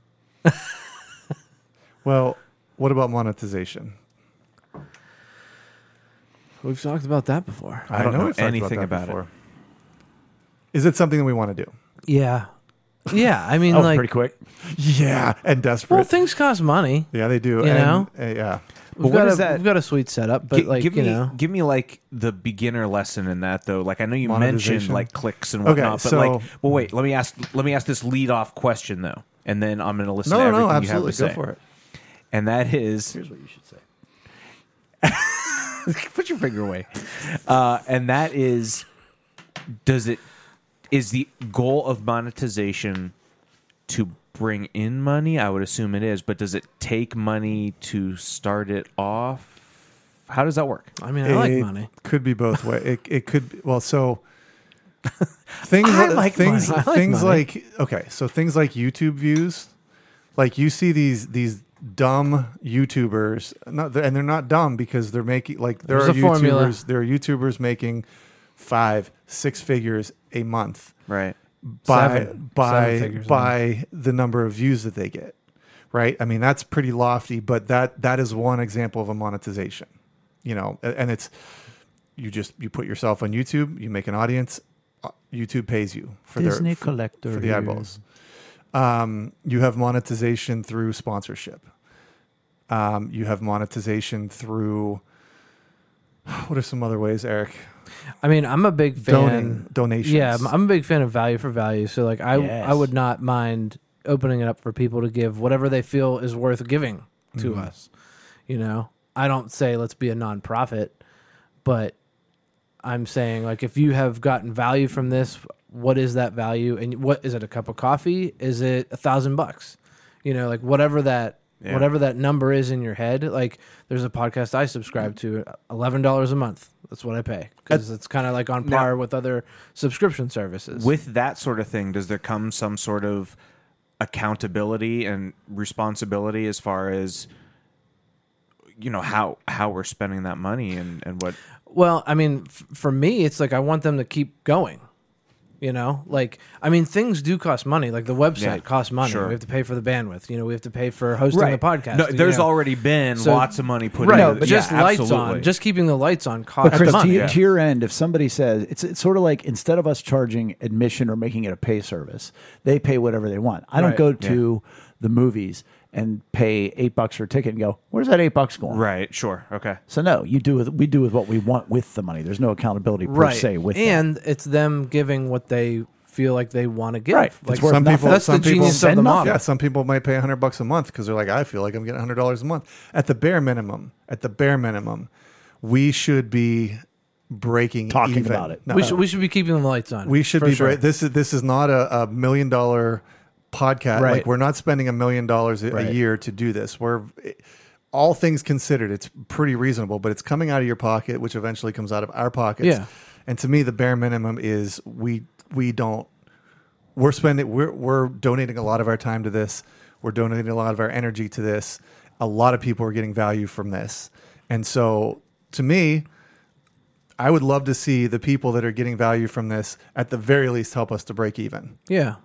Speaker 1: Well, what about monetization?
Speaker 2: We've talked about that before.
Speaker 4: I don't know
Speaker 1: we've talked
Speaker 4: anything
Speaker 1: that
Speaker 4: about it.
Speaker 1: before. Is it something that we want to do?
Speaker 2: Yeah, yeah. I mean,
Speaker 3: That was
Speaker 2: like,
Speaker 3: pretty quick.
Speaker 1: Yeah, and desperate.
Speaker 2: well, things cost money.
Speaker 1: yeah, they do.
Speaker 2: You
Speaker 1: and,
Speaker 2: know?
Speaker 1: uh, yeah,
Speaker 2: We've
Speaker 4: what
Speaker 2: got
Speaker 4: is
Speaker 2: a,
Speaker 4: that-
Speaker 2: We've got a sweet setup, but
Speaker 4: Gi-
Speaker 2: like
Speaker 4: give
Speaker 2: you
Speaker 4: me,
Speaker 2: know,
Speaker 4: give me like the beginner lesson in that though. Like I know you mentioned
Speaker 1: Monetization.
Speaker 4: like clicks and
Speaker 1: Okay,
Speaker 4: whatnot, but
Speaker 1: so-
Speaker 4: like, well, wait. Let me ask. Let me ask this lead off question though, and then I'm gonna listen. to
Speaker 1: no, no,
Speaker 4: everything
Speaker 1: no,
Speaker 4: you
Speaker 1: absolutely,
Speaker 4: Have to
Speaker 1: go
Speaker 4: say.
Speaker 1: for it.
Speaker 4: And that is
Speaker 3: Here's what you should say.
Speaker 4: put your finger away. Uh, and that is, does it is the goal of monetization to bring in money? I would assume it is, but does it take money to start it off? How does that work?
Speaker 2: I mean, I like
Speaker 1: It
Speaker 2: money.
Speaker 1: Could be both way. It it could be, well so things
Speaker 4: I
Speaker 1: li-
Speaker 4: like
Speaker 1: things
Speaker 2: money. I like
Speaker 1: things
Speaker 2: money.
Speaker 1: like okay, so things like YouTube views. Like you see these these dumb YouTubers, not and they're not dumb because they're making like there
Speaker 2: There's
Speaker 1: are
Speaker 2: a formula.
Speaker 1: YouTubers, there are YouTubers making five, six figures a month
Speaker 4: right.
Speaker 1: by
Speaker 2: Seven.
Speaker 1: by
Speaker 2: Seven figures,
Speaker 1: by the number of views that they get. Right? I mean, that's pretty lofty, but that that is one example of a monetization. You know, a- and it's you just you put yourself on YouTube, you make an audience, uh, YouTube pays you for their for,
Speaker 3: collector
Speaker 1: for the eyeballs. Um, you have monetization through sponsorship. Um, you have monetization through what are some other ways, Eric?
Speaker 2: I mean, I'm a big fan.
Speaker 1: Donating donations.
Speaker 2: Yeah, I'm- I'm a big fan of value for value. So like I
Speaker 3: Yes.
Speaker 2: I would not mind opening it up for people to give whatever they feel is worth giving to
Speaker 4: Mm-hmm.
Speaker 1: Mhm.
Speaker 2: us. You know, I don't say let's be a nonprofit, but I'm saying like if you have gotten value from this, what is that value? And what is it? A cup of coffee? Is it a thousand bucks? You know, like whatever that
Speaker 4: Yeah.
Speaker 2: whatever that number is in your head. Like there's a podcast I subscribe to, eleven dollars a month. That's what I pay because it's kind of like on
Speaker 4: Now-
Speaker 2: par with other subscription services.
Speaker 4: With that sort of thing, does there come some sort of accountability and responsibility as far as you know how how we're spending that money and and what
Speaker 2: well, I mean, f- for me, it's like I want them to keep going. You know, like I mean, things do cost money. Like the website
Speaker 4: Yeah,
Speaker 2: costs money.
Speaker 4: sure.
Speaker 2: We have to pay for the bandwidth. You know, we have to pay for hosting
Speaker 3: Right.
Speaker 2: the podcast.
Speaker 4: No,
Speaker 2: you
Speaker 4: there's
Speaker 2: know.
Speaker 4: already been
Speaker 2: So-
Speaker 4: lots of money put
Speaker 2: right,
Speaker 4: into
Speaker 2: but
Speaker 4: yeah,
Speaker 2: just lights
Speaker 4: absolutely.
Speaker 2: on, just keeping the lights on
Speaker 3: But
Speaker 2: costs
Speaker 3: Chris, to,
Speaker 2: money.
Speaker 3: you,
Speaker 4: yeah.
Speaker 3: to your end, if somebody says it's it's sort of like instead of us charging admission or making it a pay service, they pay whatever they want. I
Speaker 2: Right.
Speaker 3: don't go to the movies and pay eight bucks for a ticket and go, "Where's that eight bucks going?"
Speaker 4: right, sure, okay.
Speaker 3: So no, you do with we do with what we want with the money. There's no accountability per
Speaker 2: right.
Speaker 3: se with that.
Speaker 2: and it's them giving what they feel like they want to give.
Speaker 3: Right.
Speaker 2: Like
Speaker 3: It's worth
Speaker 1: some
Speaker 3: nothing.
Speaker 1: people,
Speaker 2: That's the
Speaker 1: some people,
Speaker 2: genius of the
Speaker 3: Send
Speaker 2: model.
Speaker 1: Yeah, some people might pay a 100 bucks a month because they're like, I feel like I'm getting a $100 a month. At the bare minimum, at the bare minimum, we should be breaking
Speaker 3: Talking
Speaker 1: even.
Speaker 3: about it.
Speaker 1: No,
Speaker 2: we should we should be keeping the lights on.
Speaker 1: we should
Speaker 2: for
Speaker 1: be.
Speaker 2: sure.
Speaker 1: Sure. this is this is not a, a million dollar podcast.
Speaker 2: Right.
Speaker 1: Like we're not spending a million dollars a- a
Speaker 3: Right.
Speaker 1: year to do this. We're all things considered, it's pretty reasonable, but it's coming out of your pocket, which eventually comes out of our pockets.
Speaker 2: Yeah.
Speaker 1: And to me, the bare minimum is we we don't we're spending we're we're donating a lot of our time to this. We're donating a lot of our energy to this. A lot of people are getting value from this. And so to me, I would love to see the people that are getting value from this at the very least help us to break even.
Speaker 2: Yeah,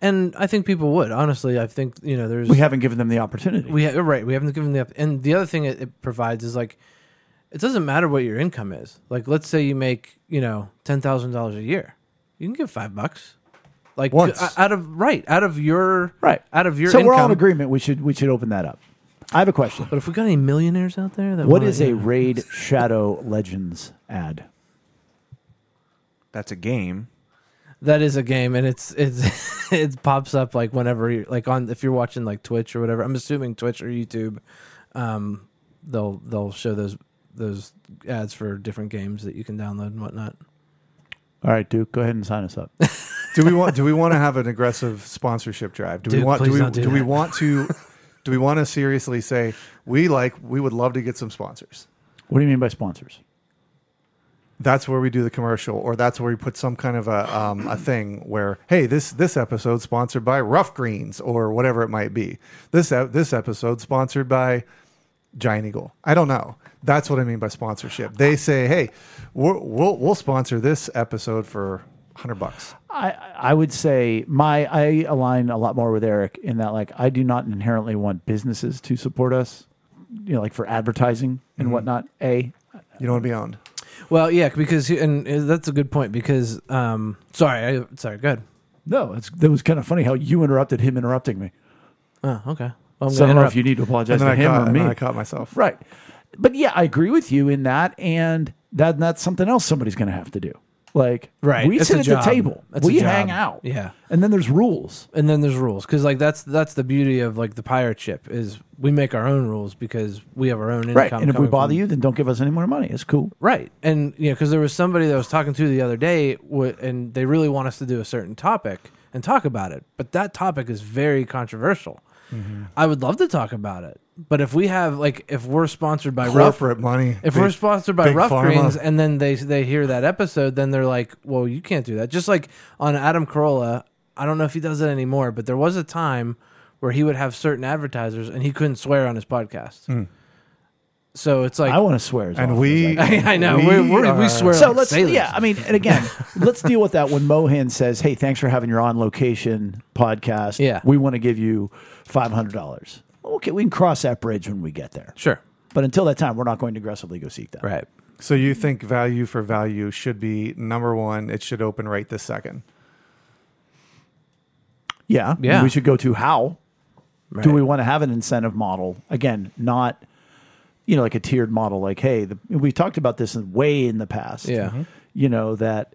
Speaker 2: and I think people would honestly. I think you know there's
Speaker 3: we haven't given them the opportunity.
Speaker 2: we ha- right we haven't given the up. And the other thing it, it provides is like it doesn't matter what your income is. Like let's say you make you know ten thousand dollars a year, you can give five bucks. Like
Speaker 1: Once.
Speaker 2: uh, out of right out of your
Speaker 3: right
Speaker 2: out of your
Speaker 3: so
Speaker 2: income.
Speaker 3: we're all in agreement. We should we should open that up. I have a question.
Speaker 2: But if we got any millionaires out there, that
Speaker 3: What
Speaker 2: wanna-
Speaker 3: is a Raid Shadow Legends ad?
Speaker 4: That's a game.
Speaker 2: That is a game, and it's it's it pops up like whenever you're like on if you're watching like Twitch or whatever. I'm assuming Twitch or YouTube, um, they'll they'll show those those ads for different games that you can download and whatnot.
Speaker 3: All right, Duke, go ahead and sign us up.
Speaker 1: Do we want do we want to have an aggressive sponsorship drive? Do we
Speaker 2: Dude,
Speaker 1: want do
Speaker 2: please
Speaker 1: we
Speaker 2: don't
Speaker 1: do,
Speaker 2: do
Speaker 1: we
Speaker 2: that.
Speaker 1: want to do we want to seriously say we like we would love to get some sponsors?
Speaker 3: What do you mean by sponsors?
Speaker 1: that's where we do the commercial or that's where we put some kind of a, um, a thing where hey this this episode sponsored by rough greens or whatever it might be this ep- this episode sponsored by giant eagle i don't know that's what i mean by sponsorship they say hey we're, we'll we'll sponsor this episode for 100 bucks
Speaker 3: I I would say my I align a lot more with Eric in that like I do not inherently want businesses to support us, you know, like for advertising and whatnot. A
Speaker 1: you don't want to be owned
Speaker 2: Well, yeah, because and uh, that's a good point because um, sorry, I, sorry, good.
Speaker 3: no, it's that was kind of funny how you interrupted him interrupting me.
Speaker 2: Oh, okay. Well, I'm
Speaker 3: So
Speaker 2: gonna
Speaker 3: I don't know
Speaker 2: interrupt
Speaker 3: if you need to
Speaker 1: and
Speaker 3: apologize
Speaker 1: then,
Speaker 3: to
Speaker 1: I
Speaker 3: him
Speaker 1: caught,
Speaker 3: or
Speaker 1: and
Speaker 3: me.
Speaker 1: then i caught myself
Speaker 3: Right, but yeah, I agree with you in that, and that that's something else somebody's going to have to do. Like
Speaker 2: Right,
Speaker 3: we
Speaker 2: it's
Speaker 3: sit
Speaker 2: a
Speaker 3: at
Speaker 2: job.
Speaker 3: the table,
Speaker 2: It's a
Speaker 3: we
Speaker 2: job.
Speaker 3: hang out,
Speaker 2: Yeah.
Speaker 3: and then there's rules.
Speaker 2: and then there's rules because like that's that's the beauty of like the pirate ship is we make our own rules because we have our own income.
Speaker 3: Right, and if we
Speaker 2: coming
Speaker 3: bother
Speaker 2: from-
Speaker 3: you, then don't give us any more money. It's cool.
Speaker 2: Right. And, you know, because there was somebody that I was talking to the other day, w- and they really want us to do a certain topic and talk about it. But that topic is very controversial. I would love to talk about it. But if we have, like, if we're sponsored by Rough,
Speaker 1: corporate money
Speaker 2: if
Speaker 1: big-
Speaker 2: we're sponsored by
Speaker 1: big
Speaker 2: Rough
Speaker 1: pharma.
Speaker 2: Greens and then they they hear that episode, then they're like, well, you can't do that. Just like on Adam Carolla, I don't know if he does it anymore, but there was a time where he would have certain advertisers and he couldn't swear on his podcast. So it's like
Speaker 3: I want to swear. as
Speaker 1: And
Speaker 3: often as I
Speaker 1: we,
Speaker 3: can.
Speaker 2: I know,
Speaker 1: we
Speaker 2: we're- we're- we
Speaker 1: are-
Speaker 2: swear-
Speaker 3: So
Speaker 2: like
Speaker 3: let's,
Speaker 2: sailors.
Speaker 3: yeah, I mean, and again, let's deal with that when Mohan says, "Hey, thanks for having your on location podcast.
Speaker 2: Yeah.
Speaker 3: we want to give you five hundred dollars. Okay, we can cross that bridge when we get there.
Speaker 2: sure,
Speaker 3: But until that time, we're not going to aggressively go seek that.
Speaker 2: right?
Speaker 1: So you think value for value should be number one? It should open right this second.
Speaker 3: Yeah,
Speaker 2: Yeah.
Speaker 3: We should go to how
Speaker 2: right.
Speaker 3: do we want to have an incentive model? Again, not you know like a tiered model. Like, hey, the, we talked about this in, way in the past.
Speaker 2: Yeah.
Speaker 1: Mm-hmm.
Speaker 2: Mhm.
Speaker 3: you know that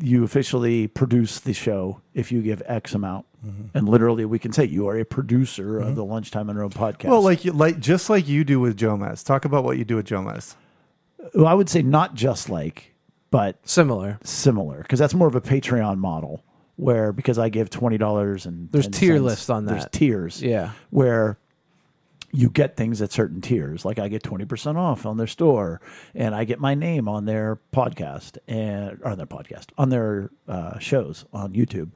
Speaker 3: you officially produce the show if you give X amount,
Speaker 1: Mm-hmm.
Speaker 3: and literally we can say you are a producer of the Lunchtime Monroe podcast.
Speaker 1: Well, like you, like just like you do with Jomez. Talk about what you do with Jomez.
Speaker 3: Well, I would say not just like, but
Speaker 2: similar?
Speaker 3: similar because that's more of a Patreon model where because I give twenty dollars and
Speaker 2: There's
Speaker 3: 10
Speaker 2: tier
Speaker 3: cents,
Speaker 2: lists on
Speaker 3: There's
Speaker 2: that.
Speaker 3: tiers,
Speaker 2: Yeah.
Speaker 3: where you get things at certain tiers. Like I get twenty percent off on their store, and I get my name on their podcast and or on their podcast on their uh, shows on YouTube.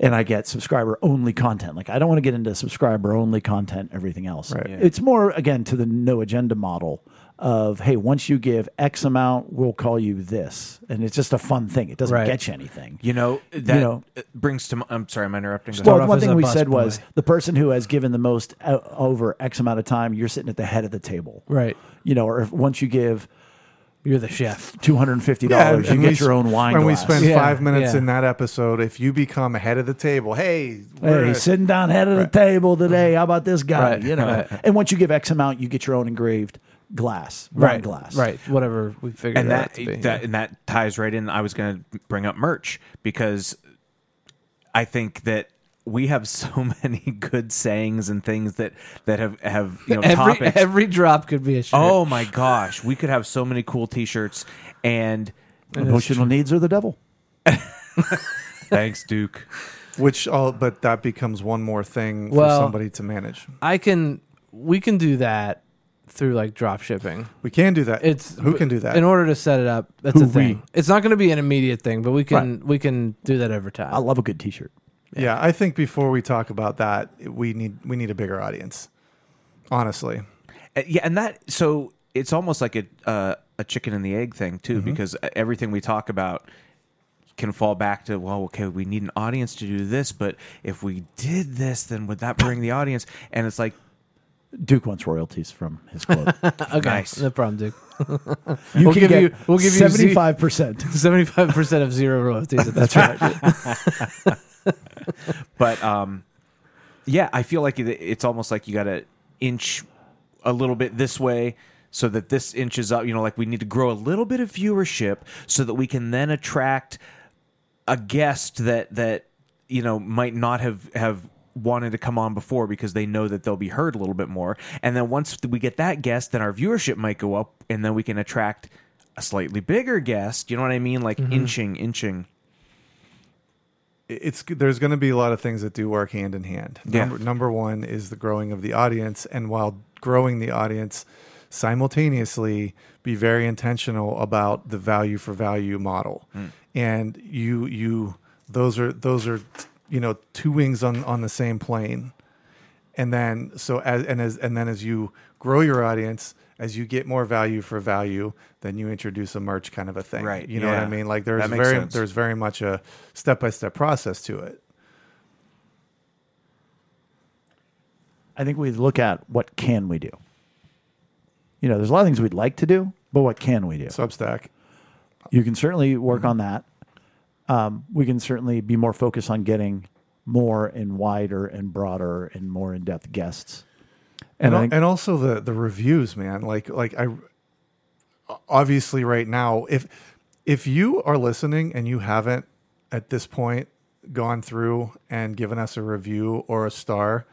Speaker 3: And I get subscriber only content. Like I don't want to get into subscriber only content. Everything else,
Speaker 1: Right.
Speaker 3: it's more again to the no agenda model of hey, once you give X amount, we'll call you this, and it's just a fun thing. It doesn't
Speaker 2: Right.
Speaker 3: get you anything.
Speaker 4: You know that
Speaker 3: know-
Speaker 4: uh, brings to. m- I'm sorry, I'm interrupting. Go
Speaker 3: Well,
Speaker 4: ahead.
Speaker 2: off
Speaker 3: one
Speaker 2: as
Speaker 3: thing
Speaker 2: a
Speaker 3: we
Speaker 2: bus
Speaker 3: said was
Speaker 2: boy.
Speaker 3: the person who has given the most o- over X amount of time, you're sitting at the head of the table,
Speaker 2: Right.
Speaker 3: You know, or if, once you give
Speaker 2: You're the chef.
Speaker 3: two hundred and fifty dollars, you
Speaker 1: and we
Speaker 3: get your
Speaker 1: s-
Speaker 3: own wine
Speaker 1: And we
Speaker 3: glass.
Speaker 1: spend
Speaker 2: Yeah,
Speaker 1: five minutes
Speaker 2: yeah.
Speaker 1: in that episode. If you become head of the table, hey, we're-
Speaker 3: Hey, sitting down head of the table today. How about this guy?
Speaker 2: Right,
Speaker 3: You know,
Speaker 2: right.
Speaker 3: and once you give X amount, you get your own engraved glass, wine
Speaker 2: Right.
Speaker 3: glass,
Speaker 2: Right. Whatever we figured
Speaker 4: and
Speaker 2: that,
Speaker 4: that,
Speaker 2: out to be.
Speaker 4: that and that ties right in. I was going to bring up merch because I think that we have so many good sayings and things that that have have you know
Speaker 2: every
Speaker 4: topics.
Speaker 2: every drop could be a shirt.
Speaker 4: oh my gosh, we could have so many cool T-shirts. And
Speaker 3: Emotional needs are the devil.
Speaker 4: thanks, Duke.
Speaker 1: which all but that becomes one more thing
Speaker 2: Well-
Speaker 1: for somebody to manage.
Speaker 2: I can. We can do that through like drop shipping.
Speaker 1: We can do that.
Speaker 2: It's
Speaker 1: who can do that?
Speaker 2: in order to set it up. That's
Speaker 3: Who
Speaker 2: a thing.
Speaker 3: we?
Speaker 2: It's not going to be an immediate thing, but we can we can do that over time.
Speaker 3: I love a good T-shirt.
Speaker 1: yeah, I think before we talk about that, we need we need a bigger audience. Honestly,
Speaker 4: Uh, Yeah, and that so it's almost like a uh, a chicken and the egg thing too,
Speaker 2: Mm-hmm.
Speaker 4: because uh, everything we talk about can fall back to well, okay, we need an audience to do this, but if we did this, then would that bring the audience? And it's like
Speaker 3: Duke wants royalties from his quote.
Speaker 2: okay,
Speaker 4: nice.
Speaker 2: no problem, Duke.
Speaker 3: You
Speaker 2: We'll
Speaker 3: can
Speaker 2: give
Speaker 3: get
Speaker 2: you- we'll give you Z-
Speaker 3: seventy-five percent.
Speaker 2: Seventy five percent of zero royalties. At this
Speaker 3: That's right.
Speaker 4: but um, yeah, I feel like it, it's almost like you got to inch a little bit this way so that this inches up. You know, like we need to grow a little bit of viewership so that we can then attract a guest that that you know might not have have wanted to come on before because they know that they'll be heard a little bit more. And then once we get that guest, then our viewership might go up, and then we can attract a slightly bigger guest. You know what I mean? Like inching, inching.
Speaker 1: it's there's going to be a lot of things that do work hand in hand.
Speaker 4: Yeah.
Speaker 1: Number, number one is the growing of the audience, and while growing the audience, simultaneously be very intentional about the value for value model. And you you those are those are you know two wings on on the same plane and then so as and as and then as you grow your audience as you get more value for value then you introduce a merch kind of a thing
Speaker 4: Right,
Speaker 1: you know what
Speaker 4: yeah.
Speaker 1: i mean like there's
Speaker 4: That makes
Speaker 1: very
Speaker 4: sense.
Speaker 1: there's very much a step-by-step process to it
Speaker 3: I think we look at what can we do. You know, there's a lot of things we'd like to do, but what can we do?
Speaker 1: substack
Speaker 3: you can certainly work on
Speaker 1: Mm-hmm.
Speaker 3: that. Um, we can certainly be more focused on getting more and wider and broader and more in depth guests.
Speaker 1: and,
Speaker 3: And I
Speaker 1: al-
Speaker 3: think-
Speaker 1: and also the the reviews man like like i obviously right now if if you are listening and you haven't at this point gone through and given us a review or a star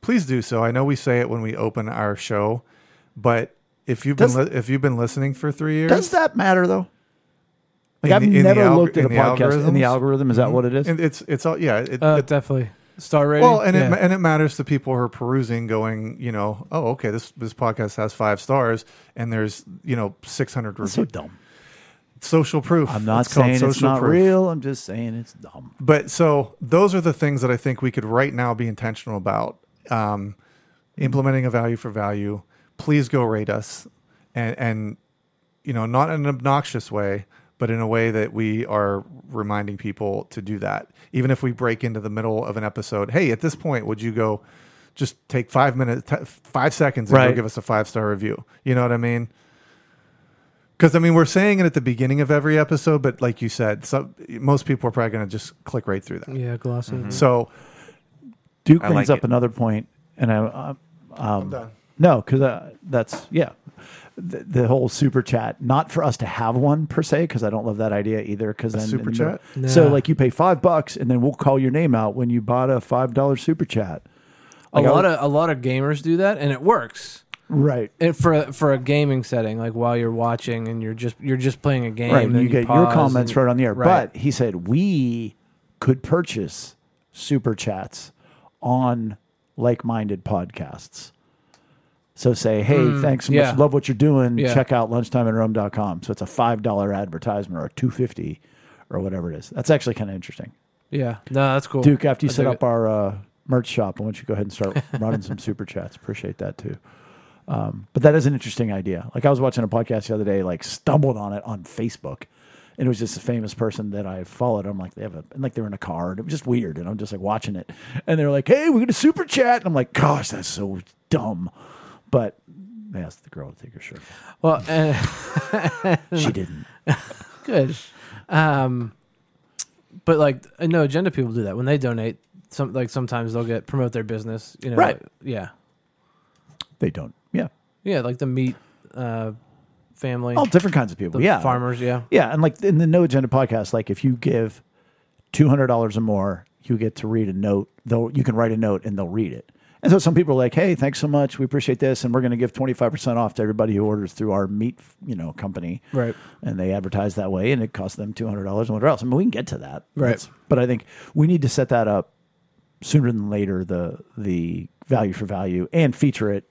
Speaker 1: please do so i know we say it when we open our show but if you've
Speaker 3: Does-
Speaker 1: been li- if you've been listening for three years
Speaker 3: Does that matter though? Like
Speaker 1: In
Speaker 3: I've
Speaker 1: the- in the
Speaker 3: never
Speaker 1: alg-
Speaker 3: looked at a
Speaker 1: in the
Speaker 3: podcast in the
Speaker 1: algorithms?
Speaker 3: algorithm. Is that what it is?
Speaker 1: and it's it's all yeah it,
Speaker 2: uh,
Speaker 1: it-
Speaker 2: definitely star rating.
Speaker 1: well and
Speaker 2: yeah.
Speaker 1: it ma- and it matters to people who are perusing going you know oh okay this this podcast has five stars and there's you know 600
Speaker 3: That's so
Speaker 1: reviews
Speaker 3: dumb.
Speaker 1: social proof.
Speaker 3: I'm not
Speaker 1: called
Speaker 3: saying it's
Speaker 1: social
Speaker 3: not
Speaker 1: proof.
Speaker 3: real. I'm just saying it's dumb.
Speaker 1: But so those are the things that I think we could right now be intentional about. Um, implementing a value for value. Please go rate us, and and you know not in an obnoxious way, but in a way that we are reminding people to do that. Even if we break into the middle of an episode, hey, at this point, would you go? Just take five minutes, t- five seconds, and
Speaker 3: Right.
Speaker 1: go give us a five star review. You know what I mean? Because I mean, we're saying it at the beginning of every episode, but like you said, some, most people are probably going to just click right through that.
Speaker 2: Yeah, gloss over.
Speaker 4: Mm-hmm.
Speaker 1: So
Speaker 3: Duke
Speaker 4: I
Speaker 3: brings up
Speaker 4: like it.
Speaker 3: another point, and I, uh, um,
Speaker 1: done.
Speaker 3: no, because uh, that's yeah, the, the whole super chat. Not for us to have one per se, because I don't love that idea either. Because then
Speaker 1: super
Speaker 3: in the middle-
Speaker 1: chat?
Speaker 2: Nah.
Speaker 3: so like you pay five bucks, and then we'll call your name out when you bought a five dollar super chat.
Speaker 2: A
Speaker 3: Like, I
Speaker 2: lot
Speaker 3: would-
Speaker 2: of a lot of gamers do that, and it works.
Speaker 3: right,
Speaker 2: And for for a gaming setting, like while you're watching and you're just you're just playing a game,
Speaker 3: right.
Speaker 2: and
Speaker 3: You get your
Speaker 2: pause
Speaker 3: comments
Speaker 2: and-
Speaker 3: right on the air.
Speaker 2: right.
Speaker 3: But he said we could purchase super chats on like-minded podcasts. So say, hey, thanks so
Speaker 2: Hmm, yeah.
Speaker 3: much. Love what you're doing.
Speaker 2: Yeah.
Speaker 3: Check out lunchtimeandrome.com. So it's a five dollar advertisement or a two fifty or whatever it is. That's actually kind of interesting.
Speaker 2: yeah, no, that's cool.
Speaker 3: Duke, after you
Speaker 2: I
Speaker 3: set
Speaker 2: dig
Speaker 3: up our uh, merch shop, why don't you go ahead and start running some super chats? Appreciate that too. Um, but that is an interesting idea. Like I was watching a podcast the other day, like stumbled on it on Facebook, and it was just a famous person that I followed. I'm like, they have a, and like they were in a car, and it was just weird. And I'm just like watching it, and they're like, hey, we're gonna super chat, and I'm like, gosh, that's so dumb. But they asked the girl to take her shirt. off.
Speaker 2: well, eh, and-
Speaker 3: She didn't.
Speaker 2: good. Um, but like I know agenda people do that when they donate. Some like sometimes they'll get promote their business. You know,
Speaker 3: Right.
Speaker 2: Yeah,
Speaker 3: They don't. Yeah,
Speaker 2: yeah, like the meat uh, family,
Speaker 3: all different kinds of people.
Speaker 2: the
Speaker 3: yeah,
Speaker 2: farmers. Yeah,
Speaker 3: Yeah, and like in the No Agenda podcast, like if you give two hundred dollars or more, you get to read a note. Though you can write a note and they'll read it. And so some people are like, "Hey, thanks so much. We appreciate this, and we're going to give twenty five percent off to everybody who orders through our meat, you know, company."
Speaker 2: Right.
Speaker 3: And they advertise that way, and it costs them two hundred dollars and whatever else. I mean, we can get to that.
Speaker 2: Right.
Speaker 3: but I think we need to set that up sooner than later. The the value for value and feature it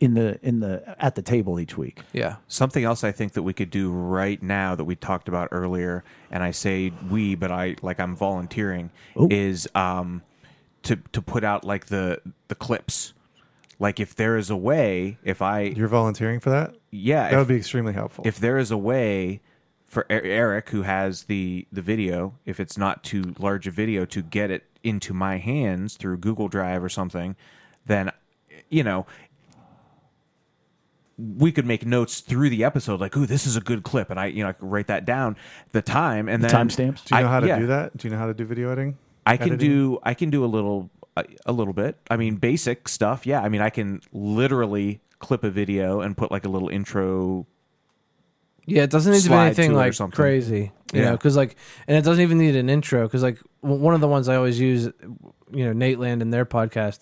Speaker 3: in the in the at the table each week.
Speaker 2: yeah.
Speaker 4: Something else I think that we could do right now that we talked about earlier, and I say we, but I like I'm volunteering is um to to put out like the the clips. Like if there is a way, if I
Speaker 1: you're volunteering for that?
Speaker 4: yeah,
Speaker 1: That
Speaker 4: if-
Speaker 1: would be extremely helpful.
Speaker 4: if there is a way for E- Eric, who has the the video, if it's not too large a video, to get it into my hands through Google Drive or something, then you know we could make notes through the episode, like, "Ooh, this is a good clip," and I you know I could write that down, the time, and then
Speaker 3: timestamps?
Speaker 1: do you know
Speaker 4: I-
Speaker 1: how to
Speaker 4: yeah.
Speaker 1: do that? Do you know how to do video editing?
Speaker 4: I can
Speaker 1: Editing?
Speaker 4: do I can do a little a- a little bit. I mean basic stuff. Yeah, I mean I can literally clip a video and put like a little intro.
Speaker 2: Yeah, it doesn't need to be
Speaker 4: slide
Speaker 2: anything
Speaker 4: to it or
Speaker 2: like
Speaker 4: something.
Speaker 2: crazy, you know,
Speaker 4: Yeah.
Speaker 2: 'cause because like, and it doesn't even need an intro because like w- one of the ones I always use, you know, Nate Land and their podcast,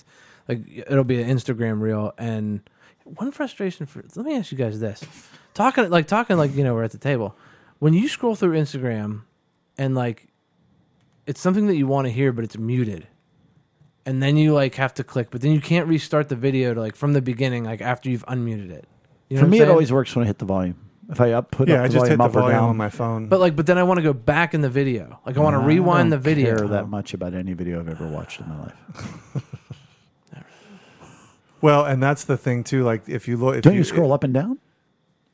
Speaker 2: like it'll be an Instagram reel. And one frustration for let me ask you guys this, talking like talking like you know we're at the table, when you scroll through Instagram, and like, it's something that you want to hear but it's muted, and then you like have to click, but then you can't restart the video to like from the beginning like after you've unmuted it. You know what
Speaker 3: For
Speaker 2: I'm
Speaker 3: me, it
Speaker 2: saying?
Speaker 3: always works when I hit the volume. If I up, put
Speaker 1: Yeah,
Speaker 3: up
Speaker 1: I
Speaker 3: the
Speaker 1: just hit
Speaker 3: volume
Speaker 1: the
Speaker 3: up or
Speaker 1: volume
Speaker 3: down,
Speaker 1: on my phone.
Speaker 2: But like, but then I want to go back in the video. Like, I want to rewind the video.
Speaker 3: I don't care that much about any video I've ever watched in my life.
Speaker 1: well, and that's the thing too. Like if you look, if
Speaker 3: Don't you scroll up and down,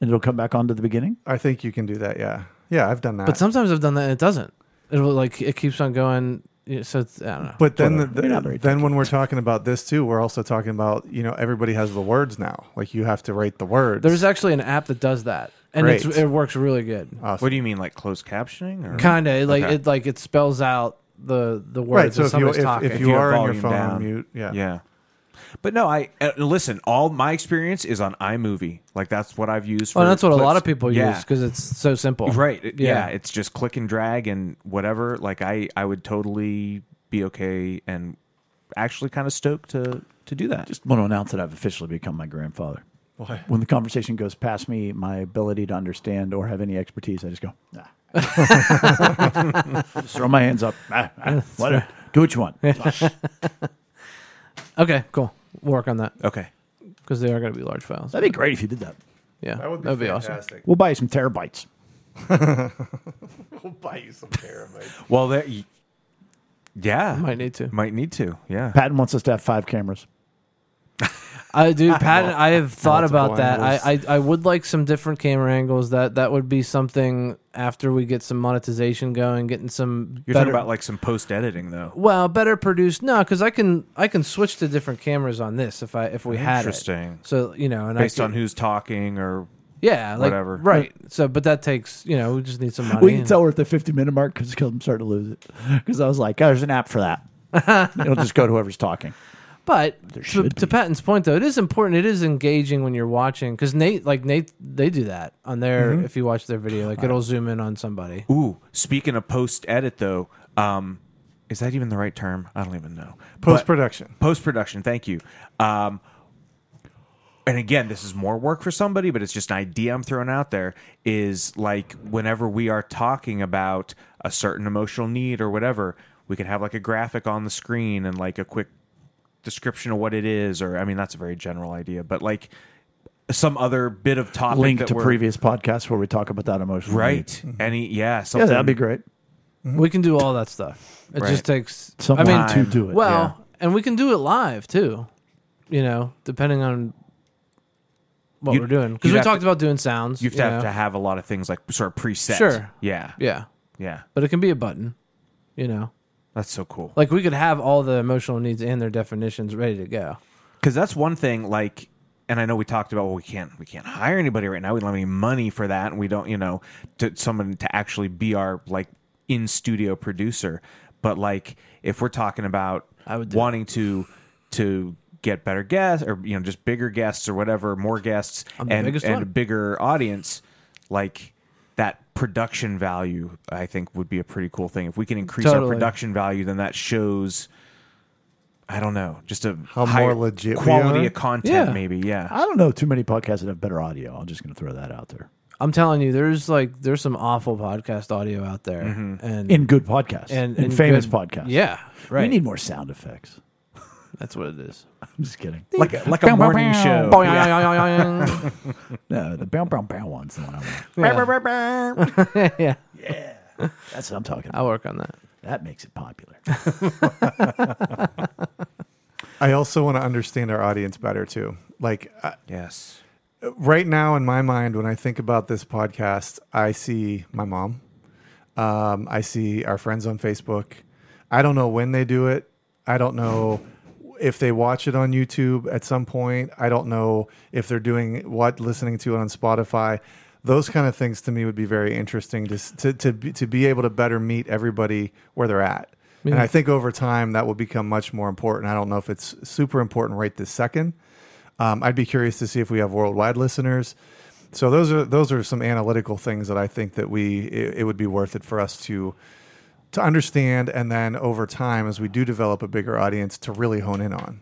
Speaker 3: and it'll come back onto the beginning?
Speaker 1: I think you can do that. Yeah, yeah, I've done that.
Speaker 2: But sometimes I've done that and it doesn't. It'll like it keeps on going. Yeah, So it's, I don't know.
Speaker 1: But then, the,
Speaker 3: Whatever. You're not very
Speaker 1: then when we're talking about this too, we're also talking about you know everybody has the words now. Like you have to write the words.
Speaker 2: There's actually an app that does that, and it's,
Speaker 1: Great.
Speaker 2: it works really good.
Speaker 1: Awesome.
Speaker 4: What do you mean, like closed captioning? Or?
Speaker 2: Kind of like
Speaker 4: Okay.
Speaker 2: it like it spells out the the words
Speaker 1: right. So if
Speaker 2: that
Speaker 1: you
Speaker 2: somebody's
Speaker 1: if,
Speaker 2: talking.
Speaker 1: if
Speaker 4: If
Speaker 1: you
Speaker 4: you have
Speaker 1: are on your
Speaker 4: volume
Speaker 1: phone on
Speaker 4: down.
Speaker 1: mute, yeah,
Speaker 4: Yeah. But no, I uh, listen. All my experience is on iMovie. Like that's what I've used. For
Speaker 2: oh, that's what a lot
Speaker 4: clips.
Speaker 2: of people
Speaker 4: Yeah.
Speaker 2: use because it's so simple.
Speaker 4: Right. It- Yeah. It's just click and drag and whatever. Like I, I would totally be okay and actually kind of stoked to to do that.
Speaker 3: Just want to announce that I've officially become my grandfather.
Speaker 1: Why?
Speaker 3: When the conversation goes past me, my ability to understand or have any expertise, I just go, nah. just throw my hands up. Ah, ah, whatever. Do what you want.
Speaker 2: Okay. Cool. We'll work on that
Speaker 4: okay.
Speaker 2: because they are going to be large files.
Speaker 3: That'd be great if you did that.
Speaker 2: yeah.
Speaker 1: that would be
Speaker 2: that'd be awesome.
Speaker 1: fantastic.
Speaker 3: We'll buy you some terabytes.
Speaker 1: We'll buy you some pyramids.
Speaker 4: Well, that y- yeah,
Speaker 2: Might need to.
Speaker 4: might need to. Yeah.
Speaker 3: Patton wants us to have five cameras.
Speaker 2: I do, Pat. I have thought
Speaker 1: multiple
Speaker 2: about that. I, I
Speaker 1: angles.
Speaker 2: I would like some different camera angles. That that would be something after we get some monetization going, getting some
Speaker 4: You're
Speaker 2: better.
Speaker 4: talking about like some post editing though.
Speaker 2: well, better produced. No, because I can I can switch to different cameras on this if I if we had it.
Speaker 4: Interesting.
Speaker 2: So you know, and I
Speaker 4: Based
Speaker 2: could-
Speaker 4: on who's talking or
Speaker 2: yeah, like,
Speaker 4: whatever.
Speaker 2: right? So, but that takes you know, we just need some money.
Speaker 3: We can
Speaker 2: and-
Speaker 3: tell we're at the 50 minute mark because I'm starting to lose it. Because I was like, oh, there's an app for that. It'll just go to whoever's talking.
Speaker 2: But to,
Speaker 3: should
Speaker 2: to Patton's point, though, it is important. It is engaging when you're watching because Nate, like Nate, they do that on their.
Speaker 4: Mm-hmm.
Speaker 2: If you watch their video, like it'll zoom in on somebody.
Speaker 4: Ooh, speaking of post edit though, um, is that even the right term? I don't even know.
Speaker 1: Post production.
Speaker 4: Post production, thank you. Um, and again, this is more work for somebody, but it's just an idea I'm throwing out there. Is like whenever we are talking about a certain emotional need or whatever, we can have like a graphic on the screen and like a quick description of what it is. Or I mean, that's a very general idea, but like some other bit of topic
Speaker 3: Link
Speaker 4: that
Speaker 3: to
Speaker 4: we're,
Speaker 3: previous podcasts where we talk about that emotion.
Speaker 4: right. Any yeah,
Speaker 3: Yeah,
Speaker 4: something
Speaker 3: that'd be great.
Speaker 2: We can do all that stuff. It
Speaker 4: Right.
Speaker 2: just takes.
Speaker 3: Someone
Speaker 2: I mean,
Speaker 3: to do it.
Speaker 2: well, and we can do it live too. You know, depending on what
Speaker 4: You'd-
Speaker 2: we're doing because
Speaker 4: you'd
Speaker 2: we
Speaker 4: have
Speaker 2: talked
Speaker 4: to-
Speaker 2: about doing sounds.
Speaker 4: You have to
Speaker 2: you
Speaker 4: have
Speaker 2: know.
Speaker 4: to have a lot of things like sort of preset.
Speaker 2: Sure.
Speaker 4: Yeah.
Speaker 2: Yeah,
Speaker 4: Yeah.
Speaker 2: but it can be a button. You know,
Speaker 4: That's so cool.
Speaker 2: like we could have all the emotional needs and their definitions ready to go.
Speaker 4: Because that's one thing. Like, and I know we talked about well, we can't we can't hire anybody right now. We don't have any money for that, and we don't you know to someone to actually be our like in studio producer. But like, if we're talking about
Speaker 2: I would do
Speaker 4: wanting to to get better guests or you know just bigger guests or whatever, more guests
Speaker 2: I'm the
Speaker 4: and
Speaker 2: biggest
Speaker 4: and
Speaker 2: one.
Speaker 4: a bigger audience, like. That production value, I think, would be a pretty cool thing. If we can increase our
Speaker 2: Totally.
Speaker 4: production value, then that shows I don't know, just a
Speaker 1: How
Speaker 4: higher
Speaker 1: more legit we
Speaker 4: quality
Speaker 1: are?
Speaker 4: of content,
Speaker 2: Yeah.
Speaker 4: maybe. Yeah,
Speaker 3: I don't know too many podcasts that have better audio. I'm just going to throw that out there.
Speaker 2: I'm telling you, there's like there's some awful podcast audio out there, and
Speaker 3: Mm-hmm. In good podcasts.
Speaker 2: and,
Speaker 3: in
Speaker 2: and
Speaker 3: famous
Speaker 2: good-
Speaker 3: podcasts.
Speaker 2: Yeah, right.
Speaker 3: We need more sound effects.
Speaker 2: That's what it is.
Speaker 3: I'm just kidding.
Speaker 4: like a, like a morning show. Yeah.
Speaker 2: yeah.
Speaker 3: No, the bow bow bow one's the one I want. That's what I'm talking about.
Speaker 2: I'll work on that.
Speaker 3: That makes it popular.
Speaker 1: I also want to understand our audience better too. Like I,
Speaker 4: Yes,
Speaker 1: right now in my mind, when I think about this podcast, I see my mom. Um, I see our friends on Facebook. I don't know when they do it. I don't know if they watch it on YouTube at some point. I don't know if they're doing what, listening to it on Spotify. Those kind of things to me would be very interesting to s- to to be, to be able to better meet everybody where they're at. And I think over time that will become much more important. I don't know if it's super important right this second, um, I'd be curious to see if we have worldwide listeners. So those are those are some analytical things that I think that we it, it would be worth it for us to to understand, and then over time, as we do develop a bigger audience, to really hone in on.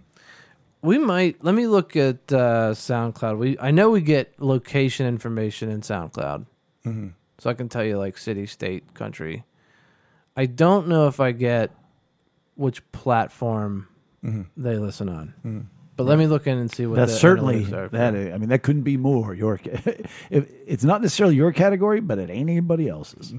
Speaker 2: We might let me look at uh, SoundCloud. We I know we get location information in SoundCloud,
Speaker 3: Mm-hmm.
Speaker 2: so I can tell you like city, state, country. I don't know if I get which platform they listen on, but let me look in and see what
Speaker 3: Mm-hmm. That's
Speaker 2: the
Speaker 3: certainly
Speaker 2: analytics are for-
Speaker 3: that. I mean, that couldn't be more your. ca- if, it's not necessarily your category, but it ain't anybody else's.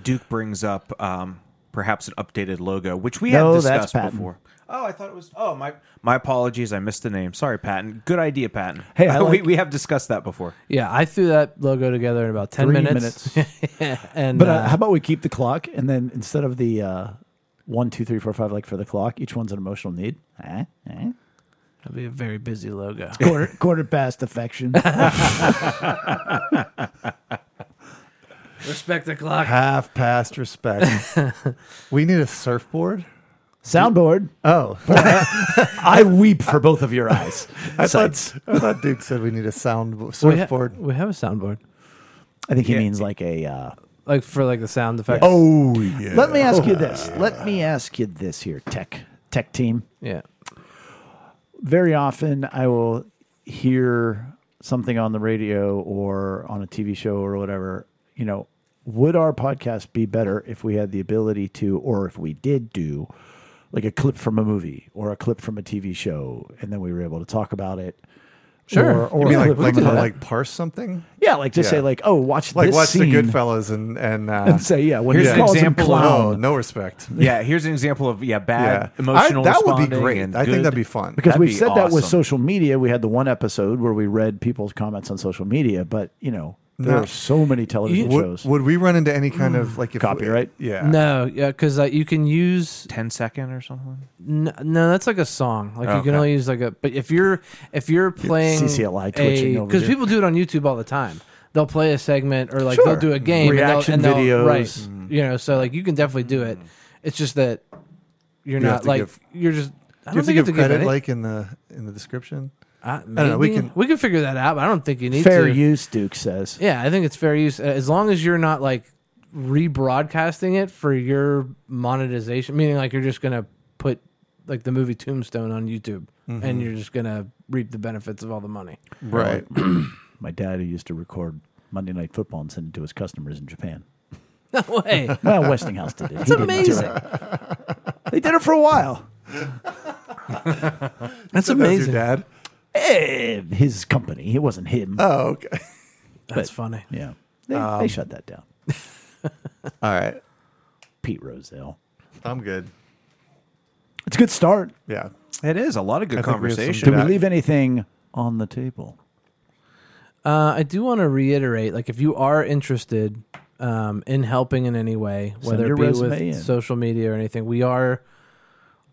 Speaker 4: Duke brings up um, perhaps an updated logo, which we
Speaker 3: No,
Speaker 4: have
Speaker 3: that's
Speaker 4: discussed
Speaker 3: Patton.
Speaker 4: before. Oh, I thought it was. Oh, my my apologies. I missed the name. Sorry, Patton. Good idea, Patton.
Speaker 3: Hey, I
Speaker 4: we
Speaker 3: like-
Speaker 4: we have discussed that before.
Speaker 2: Yeah, I threw that logo together in about ten
Speaker 3: Three
Speaker 2: and
Speaker 3: But
Speaker 2: uh,
Speaker 3: uh, how about we keep the clock, and then instead of the uh, one, two, three, four, five, like for the clock, each one's an emotional need. Eh? Eh?
Speaker 2: That'd be a very busy logo.
Speaker 3: Quarter, quarter past affection.
Speaker 2: Respect the clock.
Speaker 1: Half past respect. we need a surfboard.
Speaker 3: Soundboard.
Speaker 1: Oh,
Speaker 3: I weep for both of your eyes.
Speaker 1: I
Speaker 3: Sights.
Speaker 1: thought, I thought Duke said we need a sound
Speaker 2: We, ha-
Speaker 1: surfboard.
Speaker 2: we have a soundboard,
Speaker 3: I think he
Speaker 4: Yeah.
Speaker 3: means like a. Uh,
Speaker 2: like for like the sound effects.
Speaker 1: Oh yeah.
Speaker 3: Let me ask you this. Let me ask you this here, tech tech team.
Speaker 2: yeah.
Speaker 3: very often I will hear something on the radio or on a TV show or whatever, you know, would our podcast be better if we had the ability to, or if we did do like a clip from a movie or a clip from a TV show, and then we were able to talk about it
Speaker 2: Sure.
Speaker 3: Or, or
Speaker 1: You mean like
Speaker 3: we
Speaker 1: like,
Speaker 3: could do
Speaker 1: like,
Speaker 3: that.
Speaker 1: parse something?
Speaker 3: yeah, like just
Speaker 1: yeah.
Speaker 3: say like, oh, watch
Speaker 1: Like
Speaker 3: this
Speaker 1: watch
Speaker 3: scene
Speaker 1: the Goodfellas and and, uh, Oh,
Speaker 3: and say yeah. When
Speaker 4: Here's
Speaker 3: he
Speaker 4: an
Speaker 3: calls him
Speaker 4: example of-
Speaker 3: clown,
Speaker 1: no, no respect.
Speaker 4: Yeah, here's an example of yeah
Speaker 1: Yeah,
Speaker 4: bad
Speaker 1: I-
Speaker 4: emotional.
Speaker 1: that would be
Speaker 4: responding
Speaker 1: great.
Speaker 4: and
Speaker 1: I think
Speaker 4: good-
Speaker 1: that'd be fun.
Speaker 3: because
Speaker 4: That'd
Speaker 3: we've
Speaker 4: be
Speaker 3: said that with
Speaker 4: awesome.
Speaker 3: social media. We had the one episode where we read people's comments on social media, but you know there
Speaker 1: No.
Speaker 3: are so many television
Speaker 1: would,
Speaker 3: shows.
Speaker 1: would we run into any kind
Speaker 2: Mm.
Speaker 1: of like if
Speaker 3: Copyright?
Speaker 1: Yeah.
Speaker 2: No, yeah, because uh, you can use
Speaker 4: 10 second or something.
Speaker 2: n- no. That's like a song. Like you
Speaker 4: Okay.
Speaker 2: can only use like a. But if you're if you're playing
Speaker 3: CCLI twitching over
Speaker 2: because
Speaker 3: here.
Speaker 2: people do it on YouTube all the time. They'll play a segment or like
Speaker 3: Sure.
Speaker 2: they'll do a game and they'll-
Speaker 3: Reaction
Speaker 2: and they'll,
Speaker 3: videos.
Speaker 2: right?
Speaker 1: Mm-hmm.
Speaker 2: You know, so like you can definitely do it. It's just that you're
Speaker 1: You have
Speaker 2: not
Speaker 1: to
Speaker 2: like
Speaker 1: give-
Speaker 2: you're just. I
Speaker 1: Do you have
Speaker 2: don't
Speaker 1: to
Speaker 2: think you
Speaker 1: give
Speaker 2: have to give
Speaker 1: credit
Speaker 2: any-
Speaker 1: like in the in the description?
Speaker 2: I,
Speaker 1: don't know, we
Speaker 2: maybe.
Speaker 1: can-
Speaker 2: we can figure that out. But I don't think you need
Speaker 3: Fair
Speaker 2: to.
Speaker 3: use, Duke says.
Speaker 2: Yeah, I think it's fair use uh, as long as you're not like rebroadcasting it for your monetization. Meaning, like you're just gonna put like the movie Tombstone on YouTube,
Speaker 3: Mm-hmm.
Speaker 2: and you're just gonna reap the benefits of all the money.
Speaker 1: Right.
Speaker 3: Um, My dad who used to record Monday Night Football and send it to his customers in Japan.
Speaker 2: No way.
Speaker 3: Well, Westinghouse did it. That's
Speaker 2: amazing.
Speaker 3: They did it for a while.
Speaker 2: That's
Speaker 1: That's your
Speaker 2: amazing.
Speaker 1: dad.
Speaker 3: Eh, his company. It wasn't him.
Speaker 1: Oh, okay.
Speaker 2: That's funny.
Speaker 3: yeah. They, they shut that down.
Speaker 1: All right.
Speaker 3: Pete Rozelle.
Speaker 1: I'm good.
Speaker 3: It's a good start.
Speaker 1: Yeah.
Speaker 4: It is a lot of good
Speaker 1: I think we have some
Speaker 4: conversation.
Speaker 3: Did we
Speaker 1: Yeah.
Speaker 3: leave anything on the table?
Speaker 2: Uh, I do want to reiterate, like, if you are interested um, in helping in any way, whether
Speaker 3: your
Speaker 2: it be with
Speaker 3: resume in.
Speaker 2: social media or anything, we are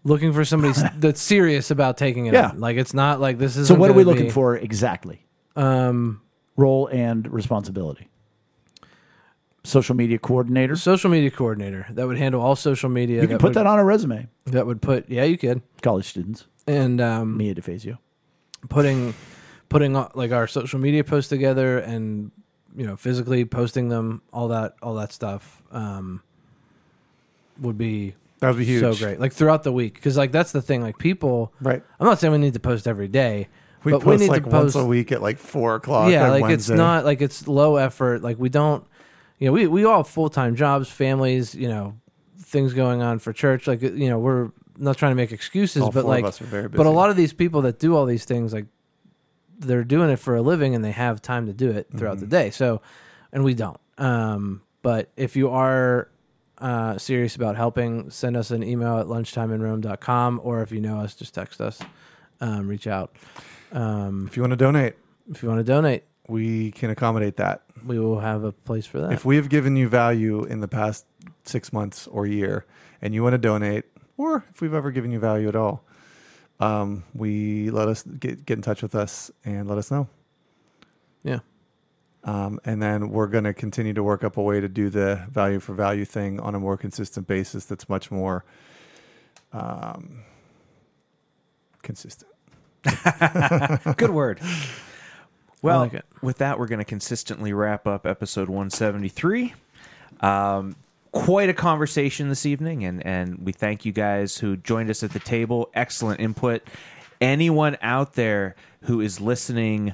Speaker 2: looking for somebody s- that's serious about taking it.
Speaker 3: Yeah.
Speaker 2: on. like it's not like this is.
Speaker 3: So, what are we looking for exactly?
Speaker 2: Um,
Speaker 3: Role and responsibility. Social media coordinator.
Speaker 2: social media coordinator that would handle all social media.
Speaker 3: you can put
Speaker 2: would,
Speaker 3: that on a resume.
Speaker 2: That would put yeah, you could
Speaker 3: College students.
Speaker 2: and um,
Speaker 3: Mia DeFazio.
Speaker 2: putting putting uh, like our social media posts together and you know physically posting them, all that all that stuff um, would be
Speaker 1: That would be huge.
Speaker 2: so great. Like throughout the week, because like that's the thing. Like people,
Speaker 1: Right.
Speaker 2: I'm not saying we need to post every day,
Speaker 1: We
Speaker 2: but
Speaker 1: post
Speaker 2: we need
Speaker 1: like
Speaker 2: to
Speaker 1: once
Speaker 2: post
Speaker 1: a week at like four o'clock.
Speaker 2: yeah
Speaker 1: on
Speaker 2: like
Speaker 1: Wednesday.
Speaker 2: it's not like it's low effort like we don't you know we, we all have full-time jobs families you know things going on for church like you know we're not trying to make excuses
Speaker 1: All
Speaker 2: but
Speaker 1: four
Speaker 2: like
Speaker 1: of us are very busy.
Speaker 2: but a lot of these people that do all these things like they're doing it for a living and they have time to do it throughout
Speaker 1: Mm-hmm.
Speaker 2: the day so and we don't um but if you are uh, serious about helping send us an email at lunchtimeinrome.com or if you know us just text us um, reach out um,
Speaker 1: if you want to donate,
Speaker 2: if you want to donate
Speaker 1: we can accommodate that.
Speaker 2: we will have a place for that.
Speaker 1: If we have given you value in the past six months or year, and you want to donate, or if we've ever given you value at all, um, we let us get get in touch with us and let us know.
Speaker 2: yeah.
Speaker 1: Um, and then we're going to continue to work up a way to do the value for value thing on a more consistent basis that's much more um, consistent.
Speaker 4: Good word. Well,
Speaker 2: like it.
Speaker 4: with that, we're going to consistently wrap up episode 173. Um, quite a conversation this evening, and, and we thank you guys who joined us at the table. Excellent input. Anyone out there who is listening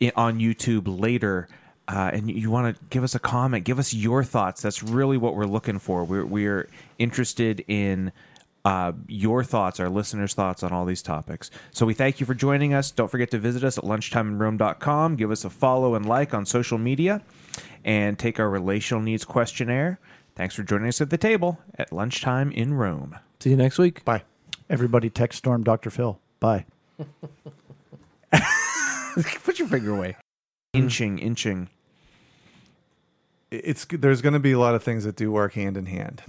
Speaker 4: i- on YouTube later, uh, and you want to give us a comment, give us your thoughts. That's really what we're looking for. We're we're interested in uh, your thoughts, our listeners' thoughts on all these topics. So we thank you for joining us. Don't forget to visit us at lunchtimeinrome.com. Give us a follow and like on social media, and take our relational needs questionnaire. Thanks for joining us at the table at lunchtime in Rome.
Speaker 2: See you next week.
Speaker 1: Bye.
Speaker 3: Everybody text Storm Dr. Phil. Bye.
Speaker 4: Put your finger away. Inching, inching.
Speaker 1: It's there's going to be a lot of things that do work hand in hand.